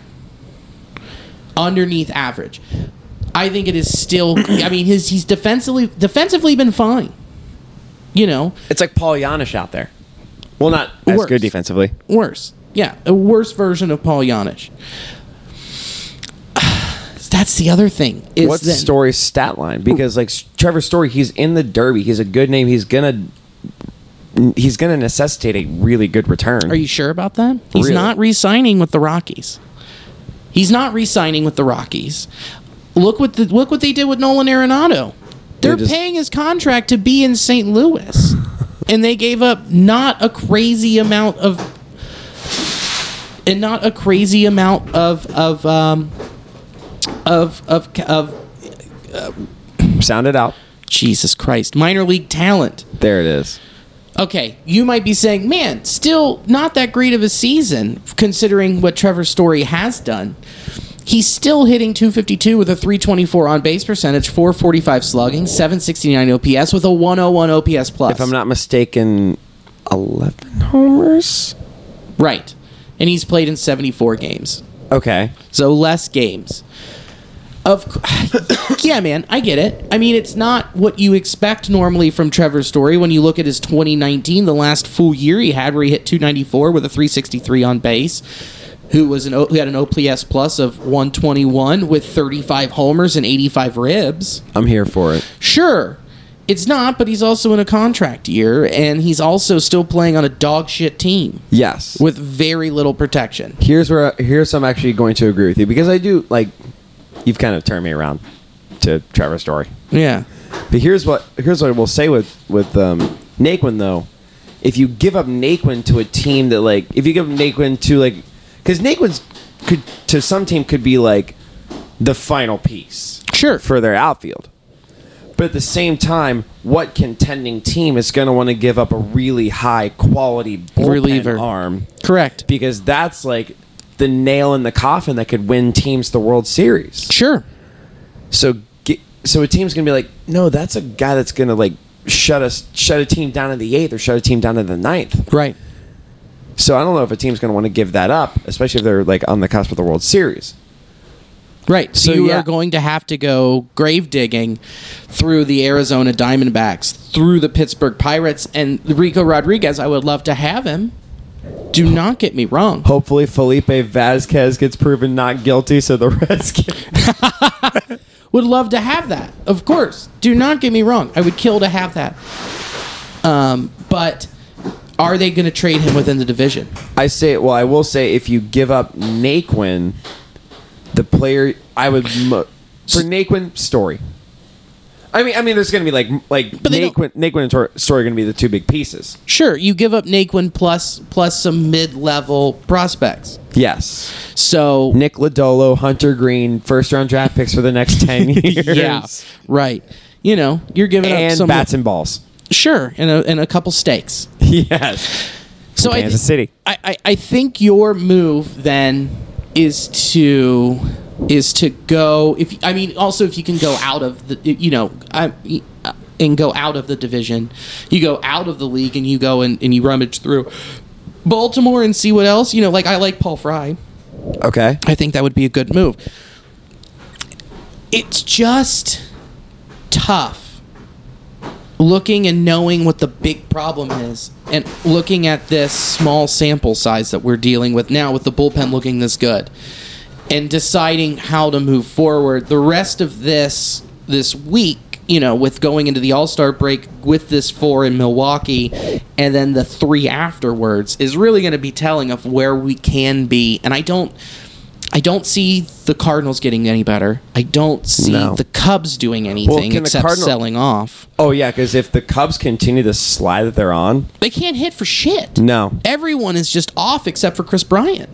A: Underneath average. I think it is still I mean his he's defensively defensively been fine. You know,
B: It's like Paul Giannis out there. Well, not as
A: Worse.
B: good defensively.
A: worse. Yeah, a worse version of Paul Yanish. That's the other thing. Is
B: What's
A: that-
B: Story's stat line? Because like Trevor Story, he's in the Derby. He's a good name. He's gonna he's gonna necessitate a really good return.
A: Are you sure about that? He's
B: Really?
A: not re-signing with the Rockies. He's not re-signing with the Rockies. Look what the, look what they did with Nolan Arenado. They're
B: They just-
A: paying his contract to be in St. Louis, and they gave up not a crazy amount of and not a crazy amount of of um, of of of
B: sound it out?
A: Jesus Christ minor league talent.
B: There it is.
A: okay, you might be saying, man, still not that great of a season considering what Trevor Story has done. He's still hitting 252 with a 324 on base percentage, 445 slugging, 769 OPS with a 101 OPS plus.
B: If I'm not mistaken, eleven homers.
A: right. And he's played in 74 games.
B: Okay.
A: So less games. Of cou- yeah, man, I get it. I mean, it's not what you expect normally from Trevor Story when you look at his 2019, the last full year he had, where he hit 294 with a 363 on base. Who was an O- who had an OPS plus of 121 with 35 homers and 85 ribs?
B: I'm here for it.
A: Sure, it's not, but he's also in a contract year, and he's also still playing on a dog shit team
B: Yes.
A: with very little protection.
B: here's where here's I'm actually going to agree with you because I do like you've kind of turned me around to Trevor Story.
A: Yeah,
B: But here's what here's what I will say with with um, Naquin though, if you give up Naquin to a team that like if you give Naquin to like because Naquin's could to some team could be like the final piece
A: sure.
B: for their outfield. But at the same time, what contending team is going to want to give up a really high quality bullpen
A: Reliever.
B: arm?
A: Correct.
B: because that's like the nail in the coffin that could win teams the World Series.
A: Sure.
B: So ge- so a team's gonna be like, no, that's a guy that's gonna like shut us shut a team down in the eighth or shut a team down in the ninth.
A: Right.
B: So I don't know if a team's gonna want to give that up, especially if they're like on the cusp of the World Series.
A: Right. So,
B: So,
A: you
B: yeah.
A: are going to have to go grave digging through the Arizona Diamondbacks, through the Pittsburgh Pirates, and Rico Rodriguez. I would love to have him. Do not get me wrong.
B: Hopefully Felipe Vasquez gets proven not guilty, so the Reds can.
A: Would love to have that. Of course. Do not get me wrong. I would kill to have that. Um, but are they going to trade him within the division?
B: I say, well, I will say, if you give up Naquin, the player I would mo- for Naquin story. I mean, I mean, there's going to be like like
A: they don't-
B: Naquin, Naquin and Tor- story are going to be the two big pieces.
A: Sure, you give up Naquin plus plus some mid-level prospects.
B: Yes,
A: So
B: Nick Lodolo, Hunter Green, first round draft picks for the next ten years.
A: yeah, right. You know, you're giving up
B: and
A: some
B: bats and balls.
A: Sure, and a, and a couple stakes.
B: Yes,
A: So I,
B: Kansas City.
A: I, I, I think your move then is to is to go. If I mean, also if you can go out of the, you know, I and go out of the division, you go out of the league and you go and, and you rummage through Baltimore and see what else. You know, like I like Paul Fry.
B: Okay,
A: I think that would be a good move. It's just tough looking and knowing what the big problem is and looking at this small sample size that we're dealing with now with the bullpen looking this good and deciding how to move forward the rest of this this week you know with going into the all-star break with this four in milwaukee and then the three afterwards is really going to be telling of where we can be and i don't i don't see the cardinals getting any better i don't see
B: No.
A: the cubs doing anything
B: can the
A: except
B: Cardinal-
A: selling off
B: oh yeah, because if the Cubs continue the slide that they're on,
A: they can't hit for shit
B: no,
A: everyone is just off except for chris bryant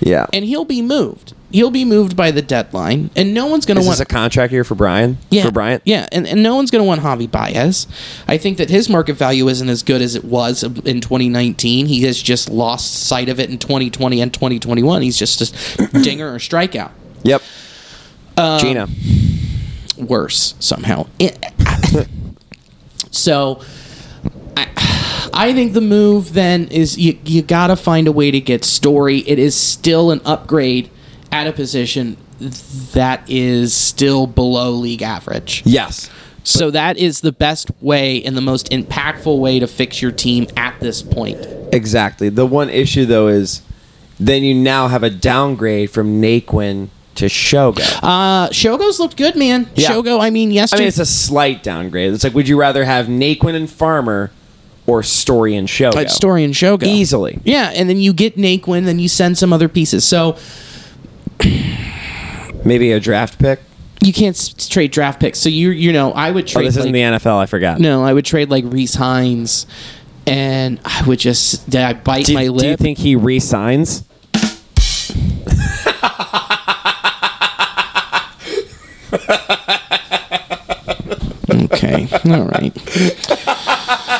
B: Yeah.
A: and he'll be moved. He'll be moved by the deadline, and no one's going to
B: Is
A: want
B: this a contract year for Brian?
A: yeah,
B: For Bryant?
A: Yeah, and, and no one's going to want Javi Baez. I think that his market value isn't as good as it was in 2019. He has just lost sight of it in 2020 and 2021. He's just a dinger or strikeout.
B: Yep.
A: Uh,
B: Gina.
A: worse somehow. It- so, I, I think the move then is you, you got to find a way to get Story. It is still an upgrade at a position that is still below league average.
B: Yes.
A: So that is the best way and the most impactful way to fix your team at this point.
B: Exactly. The one issue though is then you now have a downgrade from Naquin to Shogo.
A: Uh Shogo's looked good, man.
B: Yeah.
A: Shogo, I mean,
B: I
A: yesterday
B: mean, it's a slight downgrade. It's like, would you rather have Naquin and Farmer or Story and Shogo?
A: But Story and Shogo.
B: Easily.
A: Yeah, and then you get Naquin, then you send some other pieces. So
B: Maybe a draft pick.
A: you can't s- trade draft picks. So you you know I would
B: Oh,
A: trade.
B: this
A: like,
B: isn't the NFL. I forgot.
A: no, I would trade like Reese Hines, and I would just did I bite
B: Do,
A: my
B: do
A: lip?
B: you think he resigns?
A: okay, all right.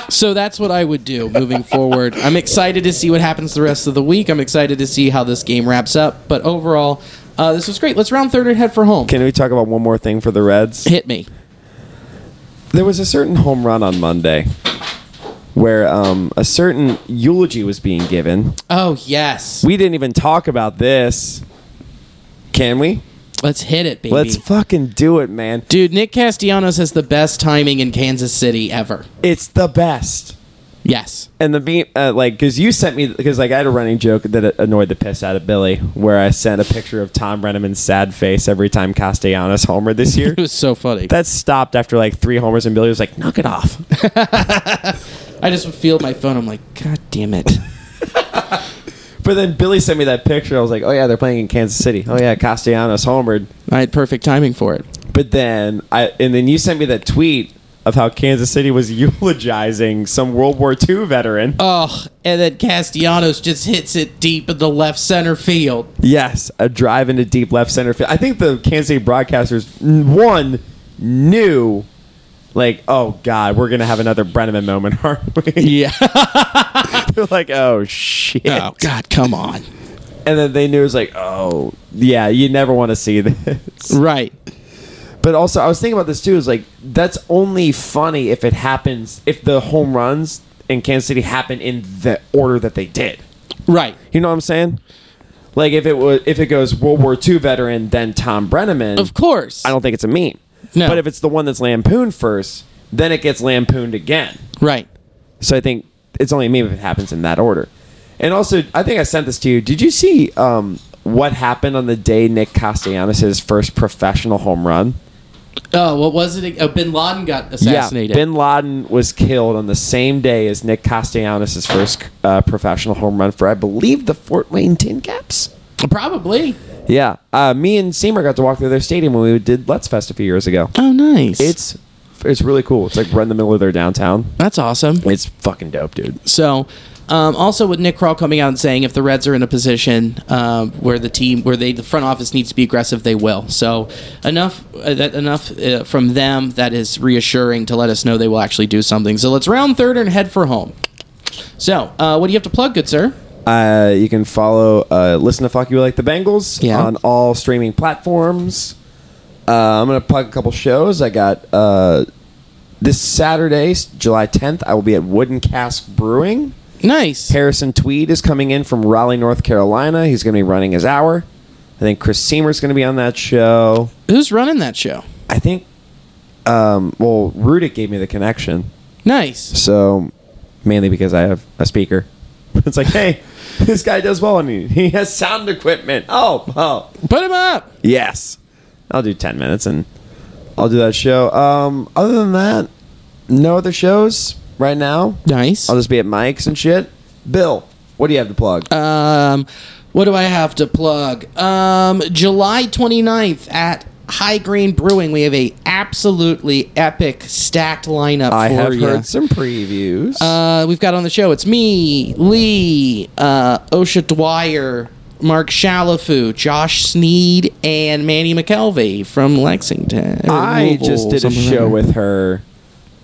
A: So that's what I would do moving forward. I'm excited to see what happens the rest of the week. I'm excited to see how this game wraps up. But overall, uh, this was great. Let's round third and head for home.
B: Can we talk about one more thing for the Reds?
A: Hit me.
B: There was a certain home run on Monday where um, a certain eulogy was being given.
A: Oh yes,
B: We didn't even talk about this. Can we?
A: let's hit it, baby.
B: Let's fucking do it, man.
A: Dude, Nick Castellanos has the best timing in Kansas City ever.
B: It's the best.
A: Yes.
B: And the meme, uh, like, because you sent me, because like I had a running joke that annoyed the piss out of Billy, where I sent a picture of Tom Brenneman's sad face every time Castellanos homer this year.
A: It was so funny.
B: that stopped after like three homers, and Billy was like, "Knock it off."
A: I just feel my phone. I'm like, God damn it.
B: But then Billy sent me that picture. I was like, "Oh yeah, they're playing in Kansas City. Oh yeah, Castellanos homered."
A: I had perfect timing for it.
B: But then I, and then you sent me that tweet of how Kansas City was eulogizing some World War II veteran.
A: Oh, and then Castellanos just hits it deep in the left center field.
B: Yes, a drive into deep left center field. I think the Kansas City broadcasters n- one knew, like, oh god, we're gonna have another Brenneman moment, aren't we?
A: Yeah.
B: They're like, oh shit.
A: oh, God, come on.
B: And then they knew it was like, oh yeah, you never want to see this.
A: Right.
B: But also, I was thinking about this too. Is like that's only funny if it happens if the home runs in Kansas City happen in the order that they did.
A: Right.
B: You know what I'm saying? Like if it was if it goes World War II veteran, then Tom Brenneman.
A: Of course.
B: I don't think it's a meme.
A: No.
B: But if it's the one that's lampooned first, then it gets lampooned again.
A: Right.
B: So I think it's only a meme if it happens in that order. And also, I think I sent this to you. Did you see um, what happened on the day Nick Castellanos' first professional home run?
A: Oh, what was it? Oh, bin Laden got assassinated.
B: Yeah, Bin Laden was killed on the same day as Nick Castellanos' first uh, professional home run for, I believe, the Fort Wayne Tin Caps.
A: Probably.
B: Yeah, uh, me and Seymour got to walk through their stadium when we did Let's Fest a few years ago.
A: Oh, nice.
B: It's it's really cool. It's like right in the middle of their downtown.
A: That's awesome.
B: It's fucking dope, dude.
A: So, um, also with Nick Crawl coming out and saying if the Reds are in a position um, where the team, where they, the front office needs to be aggressive, they will. So enough, uh, that enough uh, from them that is reassuring to let us know they will actually do something. So let's round third and head for home. So, uh, what do you have to plug, good sir?
B: Uh, you can follow uh, Listen to Fuck You Like the Bengals
A: Yeah.
B: on all streaming platforms. Uh, I'm going to plug a couple shows. I got uh, this Saturday, s- July 10th, I will be at Wooden Cask Brewing.
A: Nice.
B: Harrison Tweed is coming in from Raleigh, North Carolina. He's going to be running his hour. I think Chris Seymour's going to be on that show.
A: Who's running that show?
B: I think, um, well, Rudick gave me the connection.
A: Nice.
B: So mainly because I have a speaker. It's like, hey, this guy does well and he, he has sound equipment. Oh, oh.
A: Put him up.
B: Yes. I'll do 10 minutes and I'll do that show. Um, other than that, no other shows right now.
A: Nice.
B: I'll just be at Mike's and shit. Bill, what do you have to plug?
A: Um, what do I have to plug? Um, July 29th at High Green Brewing, we have a absolutely epic stacked lineup
B: I
A: for
B: have
A: ya.
B: heard some previews.
A: Uh, we've got on the show. It's me, Lee, uh, Osha uh, Dwyer, Mark Shalafu, Josh Sneed, and Manny McKelvey from Lexington. or
B: I
A: Louisville,
B: just did a
A: something like
B: show
A: that.
B: with her,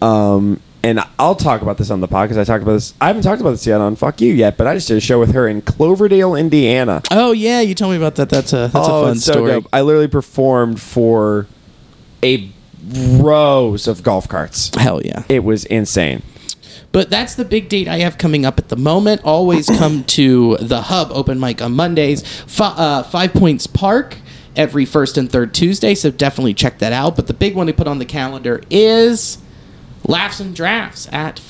B: um, and I'll talk about this on the podcast. I talked about this. I haven't talked about this yet on Fuck You yet, but I just did a show with her in Cloverdale, Indiana.
A: Oh yeah, you told me about that. That's a that's a fun
B: Oh, it's so
A: story.
B: dope. I literally performed for a rows of golf carts.
A: Hell yeah.
B: It was insane.
A: But that's the big date I have coming up at the moment. Always come to the Hub open mic on Mondays, Fi uh, Five Points Park every first and third Tuesday. So definitely check that out. But the big one we put on the calendar is Laughs and Drafts at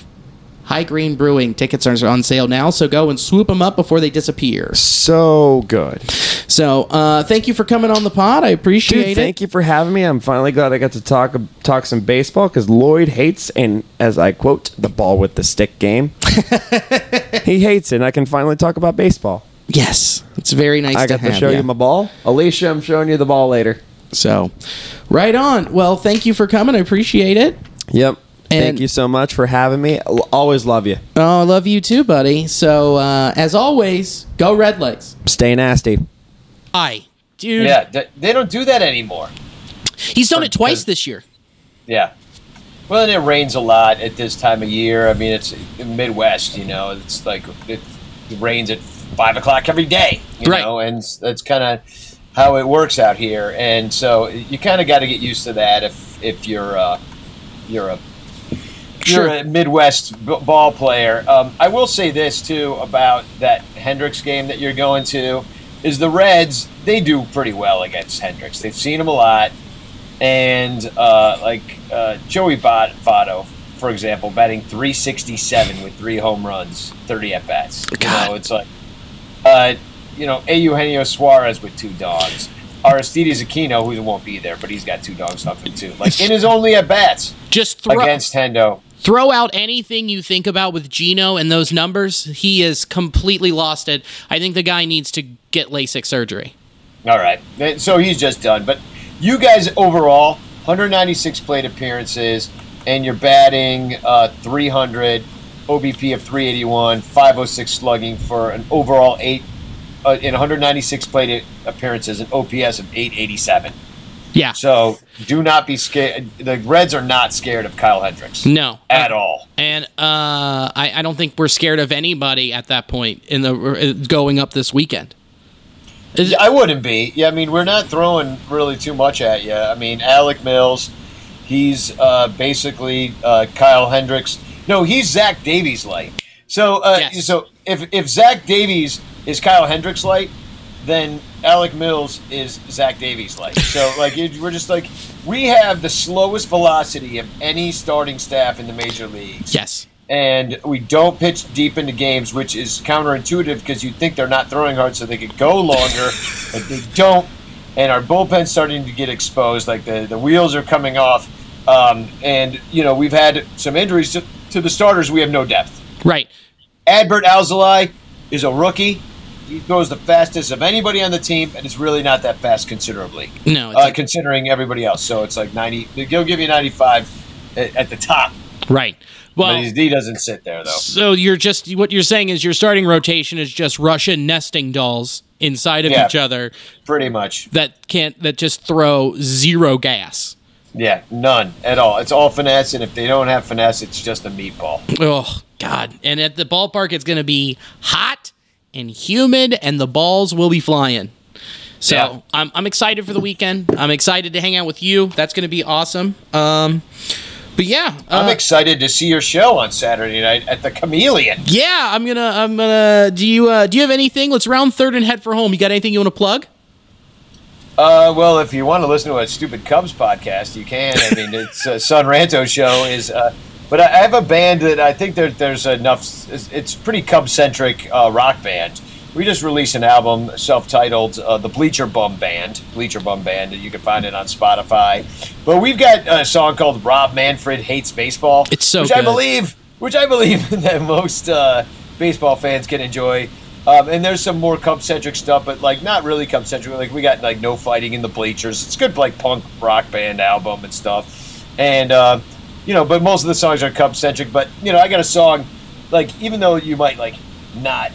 A: High Green Brewing. Tickets are on sale now, so go and swoop them up before they disappear.
B: So good.
A: So uh, thank you for coming on the pod. I appreciate
B: Dude,
A: it.
B: thank you for having me. I'm finally glad I got to talk talk some baseball because Lloyd hates and as I quote the ball with the stick game. he hates it. and I can finally talk about baseball.
A: Yes, it's very nice
B: I
A: to
B: got to
A: have
B: show
A: you.
B: you my ball, Alicia. I'm showing you the ball later.
A: so, right on. Well, thank you for coming. I appreciate it.
B: Yep.
A: And-
B: Thank you so much for having me. I'll Always love you.
A: Oh, I love you too, buddy. So, uh, as always, go Red Legs.
B: Stay nasty.
E: I.
A: Dude,
F: Yeah, th- they don't do that anymore.
E: He's done it twice this year.
F: Yeah. Well, and it rains a lot at this time of year. I mean, it's the Midwest, you know. It's like it rains at five o'clock every day, you
E: Right.
F: know, and s- that's kind of how it works out here. And so you kind of got to get used to that if if you're uh, you're a
E: Sure.
F: you're a Midwest b- ball player. Um, I will say this too about that Hendricks game that you're going to is the Reds. They do pretty well against Hendricks. They've seen him a lot, and uh, like uh, Joey Bot- Votto, for example, batting 367 with three home runs, 30 at bats. You know, it's like uh, you know, A. Eugenio Suarez with two dogs. Aristides Aquino, who won't be there, but he's got two dogs off him too. Like in his only at bats
E: Just throw
F: against Hendo.
E: throw out anything you think about with Gino and those numbers. He is completely lost it. I think the guy needs to get LASIK surgery.
F: All right. Then- So he's just done. But you guys overall, 196 plate appearances, and you're batting uh, 300, OBP of 381, 506 slugging for an overall eight uh, in 196 plate appearances, an OPS of 887.
E: Yeah.
F: So do not be scared. The Reds are not scared of Kyle Hendricks
E: No.
F: at all.
E: And uh, I, I don't think we're scared of anybody at that point in the uh, going up this weekend. Is-
F: Yeah, I wouldn't be. Yeah, I mean, we're not throwing really too much at you. I mean, Alec Mills, he's uh, basically uh, Kyle Hendricks. No, he's Zach Davies light. So, uh,
E: Yes.
F: so if if Zach Davies is Kyle Hendricks light, then Alec Mills is Zach Davies light. So, like, it, we're just like we have the slowest velocity of any starting staff in the major leagues
E: yes.
F: and we don't pitch deep into games, which is counterintuitive because you'd think they're not throwing hard so they could go longer, but they don't. And our bullpen's starting to get exposed, like the, the wheels are coming off. Um, and, you know, we've had some injuries to, to the starters. We have no depth.
E: Right.
F: Adbert Alzolay is a rookie. He goes the fastest of anybody on the team, and it's really not that fast considerably,
E: No. It's
F: uh,
E: like-
F: considering everybody else. So it's like 90, he'll give you 95 at, at the top.
E: right. Well.
F: But he's, he doesn't sit there, though.
E: So you're just what you're saying is your starting rotation is just Russian nesting dolls inside of
F: Yeah.
E: each other
F: Pretty much.
E: that can't that just throw zero gas.
F: Yeah, none at all. It's all finesse, and if they don't have finesse, it's just a meatball.
E: Oh God! And at the ballpark, it's going to be hot and humid, and the balls will be flying. So
F: Yeah.
E: I'm I'm excited for the weekend. I'm excited to hang out with you. That's going to be awesome. Um, but yeah,
F: I'm
E: uh,
F: excited to see your show on Saturday night at the Chameleon.
E: yeah, I'm gonna I'm gonna. Do you uh, do you have anything? Let's round third and head for home. You got anything you want to plug?
F: Uh, well, if you want to listen to a stupid Cubs podcast, you can. I mean, it's uh, Sun Ranto show is. Uh, but I I have a band that I think there, there's enough. It's it's pretty Cub centric uh, rock band. We just released an album self titled uh, The Bleacher Bum Band. Bleacher Bum Band. You can find it on Spotify. But we've got a song called Rob Manfred Hates Baseball.
E: It's so
F: Which I
E: good.
F: believe, which I believe that most uh, baseball fans can enjoy. Um, and there's some more Cub centric stuff, but like not really Cub centric. Like we got like no fighting in the bleachers. It's good like punk rock band album and stuff. And uh, you know, but most of the songs are Cub centric. But you know, I got a song like even though you might like not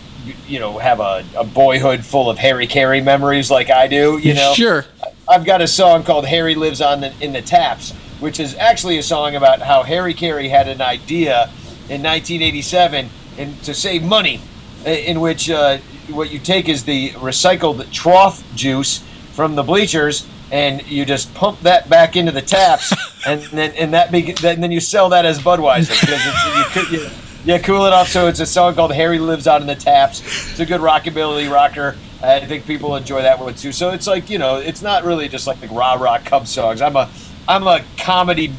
F: you know have a, a boyhood full of Harry Carey memories like I do. You know,
G: Sure.
F: I've got a song called "Harry Lives on the, in the Taps," which is actually a song about how Harry Carey had an idea in 1987 and to save money, i- in which uh, what you take is the recycled trough juice from the bleachers and you just pump that back into the taps, and then and that be, then, then you sell that as Budweiser because it's, you could. You, yeah, cool it off. So it's a song called "Harry Lives Out in the Taps." It's a good rockabilly rocker. I think people enjoy that one too. So it's like you know, it's not really just like, like rah rah cub songs. I'm a I'm a comedy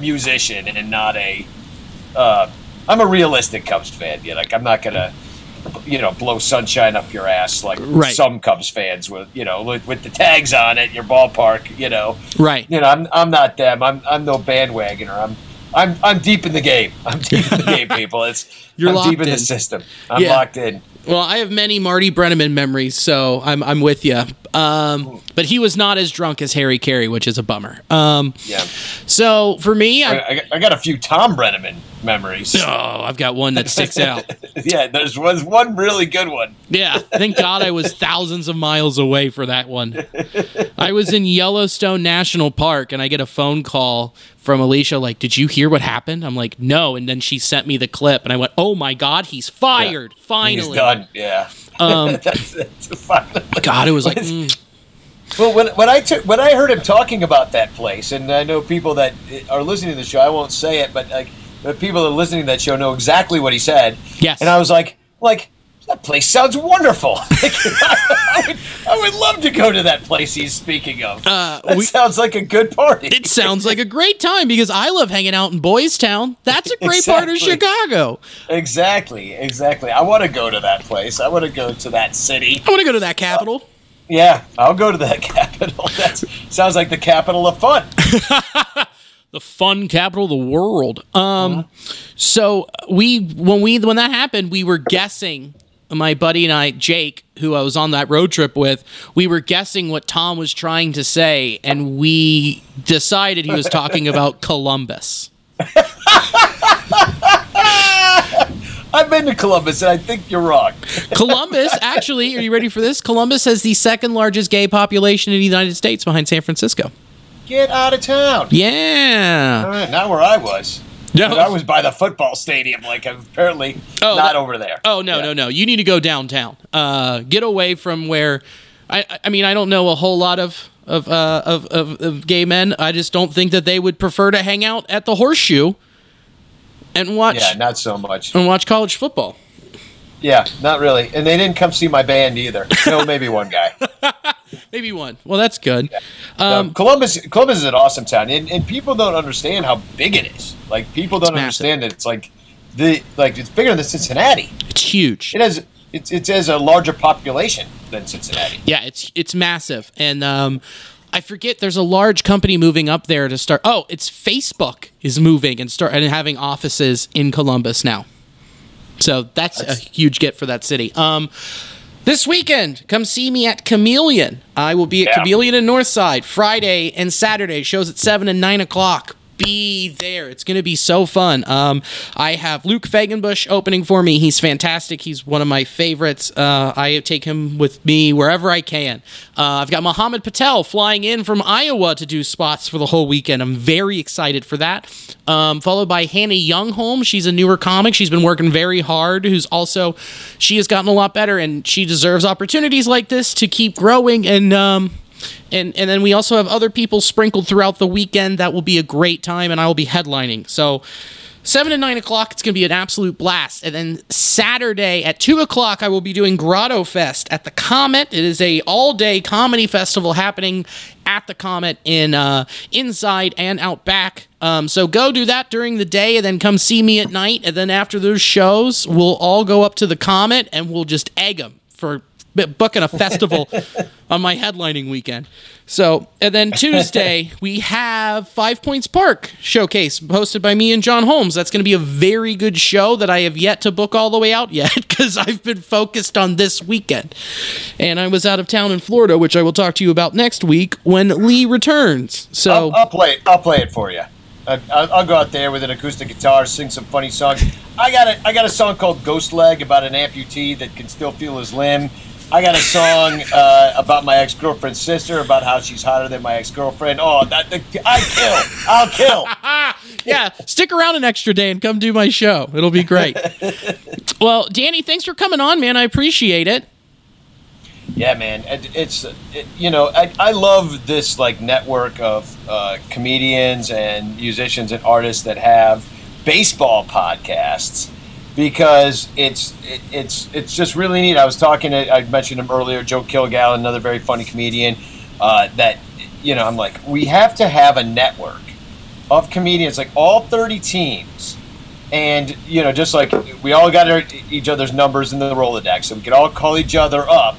F: musician and not a uh, I'm a realistic Cubs fan. Yeah, like I'm not gonna you know blow sunshine up your ass like
G: Right.
F: some Cubs fans with you know with, with the tags on at your ballpark. You know,
G: Right.
F: you know, I'm I'm not them. I'm I'm no bandwagoner. I'm I'm I'm deep in the game. I'm deep in the game, people. It's
G: You're
F: I'm deep
G: locked
F: in,
G: in.
F: the system. I'm
G: Yeah.
F: locked in.
A: Well, I have many Marty Brenneman memories, so I'm I'm with you. Um, but he was not as drunk as Harry Carey, which is a bummer. Um,
F: Yeah,
A: so for me,
F: I,
A: I,
F: I, I got a few Tom Brenneman memories.
A: oh, I've got one that sticks out.
F: yeah, there's was one really good one.
A: Yeah, thank God I was thousands of miles away for that one. I was in Yellowstone National Park and I get a phone call from Alicia, like, Did you hear what happened? I'm like, No. And then she sent me the clip and I went, Oh my God, he's fired. Finally.
F: He's done. Yeah.
G: Um,
F: that's, that's a fun.
A: God, it was like, mm,
F: Well, when, when I took when I heard him talking about that place, and I know people that are listening to the show, I won't say it, but like the people that are listening to that show know exactly what he said.
A: Yes.
F: and I was like, like that place sounds wonderful. Like, I, would, I would love to go to that place he's speaking of.
A: Uh,
F: that
A: we-
F: sounds like a good party.
A: it sounds like a great time because I love hanging out in Boys Town. That's a great part of
F: Exactly.
A: Chicago.
F: exactly, exactly. I want to go to that place. I want to go to that city.
A: I want to go to that capital.
F: Yeah, I'll go to that capital. That sounds like the capital of fun.
A: the fun capital of the world. Um, so we when we when that happened, we were guessing. My buddy and I, Jake, who I was on that road trip with, we were guessing what Tom was trying to say, and we decided he was talking about Columbus.
F: I've been to Columbus, and I think you're wrong.
A: Columbus, actually, are you ready for this? Columbus has the second largest gay population in the United States behind San Francisco.
F: Get out of town.
A: Yeah.
F: All right, not where I was.
A: No.
F: I was by the football stadium, like I'm apparently
A: Oh,
F: not
A: that-
F: over there.
A: Oh no,
F: Yeah.
A: no, no! You need to go downtown. Uh, get away from where. I, I- I mean, I don't know a whole lot of of, uh, of of of gay men. I just don't think that they would prefer to hang out at the horseshoe and watch
F: Yeah, not so much.
A: and watch college football.
F: Yeah, not really. And they didn't come see my band either. No, maybe one guy.
A: Maybe one. Well, that's good.
F: Um, Columbus, Columbus is an awesome town, and, and people don't understand how big it is. Like people don't
A: massive.
F: understand that it's like the like it's bigger than Cincinnati.
A: It's huge.
F: It has it's it has a larger population than Cincinnati.
A: Yeah, it's it's massive, and um, I forget there's a large company moving up there to start. Oh, it's Facebook is moving and start and having offices in Columbus now. So that's a huge get for that city. Um, this weekend, come see me at Chameleon. I will be at
F: Yeah.
A: Chameleon in Northside Friday and Saturday. Shows at seven and nine o'clock. Be there. It's going to be so fun. Um, I have Luke Fagenbush opening for me. He's fantastic. He's one of my favorites. Uh, I take him with me wherever I can. Uh, I've got Mohammed Patel flying in from Iowa to do spots for the whole weekend. I'm very excited for that. Um, followed by Hannah Youngholm. She's a newer comic. She's been working very hard. Who's also she has gotten a lot better, and she deserves opportunities like this to keep growing. And um, and and then we also have other people sprinkled throughout the weekend. That will be a great time, and I will be headlining. So. Seven and nine o'clock, it's going to be an absolute blast. And then Saturday at two o'clock, I will be doing Grotto Fest at the Comet. It is a all day comedy festival happening at the Comet in uh, inside and out back. Um, so go do that during the day, and then come see me at night. And then after those shows, we'll all go up to the Comet and we'll just egg them for bu- booking a festival on my headlining weekend. So, and then Tuesday we have Five Points Park showcase hosted by me and John Holmes. That's going to be a very good show that I have yet to book all the way out yet because I've been focused on this weekend. And I was out of town in Florida, which I will talk to you about next week when Lee returns. So,
F: I'll, I'll play it. I'll play it for you. I, I'll, I'll go out there with an acoustic guitar, sing some funny songs. I got a I got a song called Ghost Leg about an amputee that can still feel his limb. I got a song uh, about my ex girlfriend's sister about how she's hotter than my ex girlfriend. Oh, that, that I kill. I'll kill.
A: yeah, stick around an extra day and come do my show. It'll be great. well, Danny, thanks for coming on, man. I appreciate it.
F: Yeah, man, it, it's it, you know I, I love this like network of uh, comedians and musicians and artists that have baseball podcasts because it's it, it's it's just really neat. I was talking to I mentioned him earlier, Joe Kilgallen, another very funny comedian. Uh, that you know I'm like we have to have a network of comedians like all 30 teams and you know just like we all got our, each other's numbers in the rolodex so we could all call each other up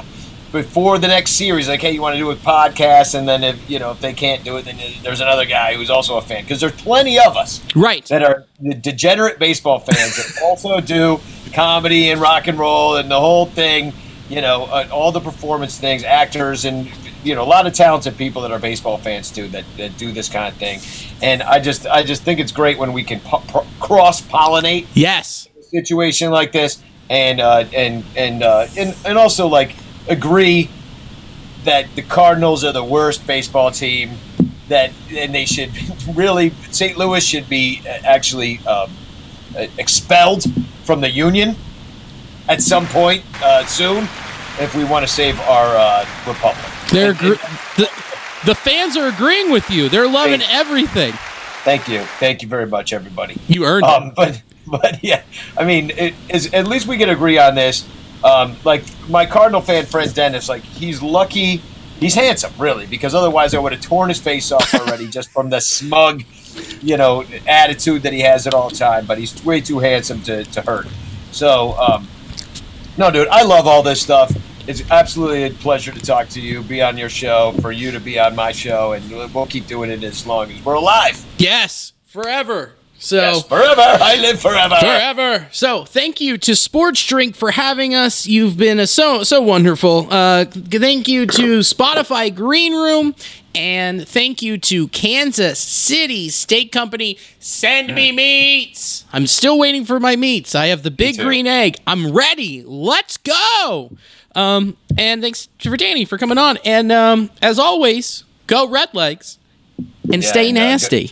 F: before the next series like hey you want to do a podcast and then if you know if they can't do it then there's another guy who's also a fan because there's plenty of us
A: Right.
F: that are the degenerate baseball fans that also do comedy and rock and roll and the whole thing you know uh, all the performance things actors and you know a lot of talented people that are baseball fans too that, that do this kind of thing and i just i just think it's great when we can po- pro- cross pollinate
A: Yes.
F: situation like this, and uh, and and uh, and and also like agree that the Cardinals are the worst baseball team. That and they should really St. Louis should be uh, actually um, uh, expelled from the union at some point uh, soon if we want to save our uh, republic.
A: They're gr- the, the fans are agreeing with you. They're loving
F: Thanks.
A: everything.
F: Thank you, thank you very much, everybody.
A: You earned it.
F: um, but but yeah, I mean, it is at least we can agree on this. Um, like my Cardinal fan friend Dennis, like he's lucky, he's handsome, really, because otherwise I would have torn his face off already just from the smug, you know, attitude that he has at all time. But he's way too handsome to, to hurt. So um, no, dude, I love all this stuff. It's absolutely a pleasure to talk to you, be on your show, for you to be on my show, and we'll keep doing it as long as we're alive.
A: Yes, forever. So
F: Yes, forever. I live forever.
A: Oh. forever. So thank you to Sports Drink for having us. You've been a so so wonderful. Uh, g- thank you to Spotify Green Room, and thank you to Kansas City Steak Company. Send me meats. I'm still waiting for my meats. I have the big
F: too.
A: green egg. I'm ready. Let's go. Um, and thanks for Danny for coming on. And um, as always, go Red Legs and
F: Yeah,
A: stay
F: no, good-
A: nasty.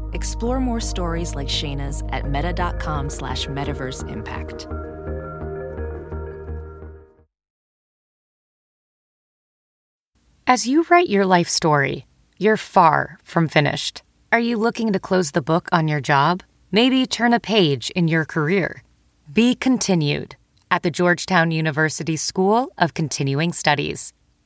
H: Explore more stories like Shayna's at meta.com slash metaverse impact.
I: As you write your life story, you're far from finished. Are you looking to close the book on your job? Maybe turn a page in your career? Be continued at the Georgetown University School of Continuing Studies.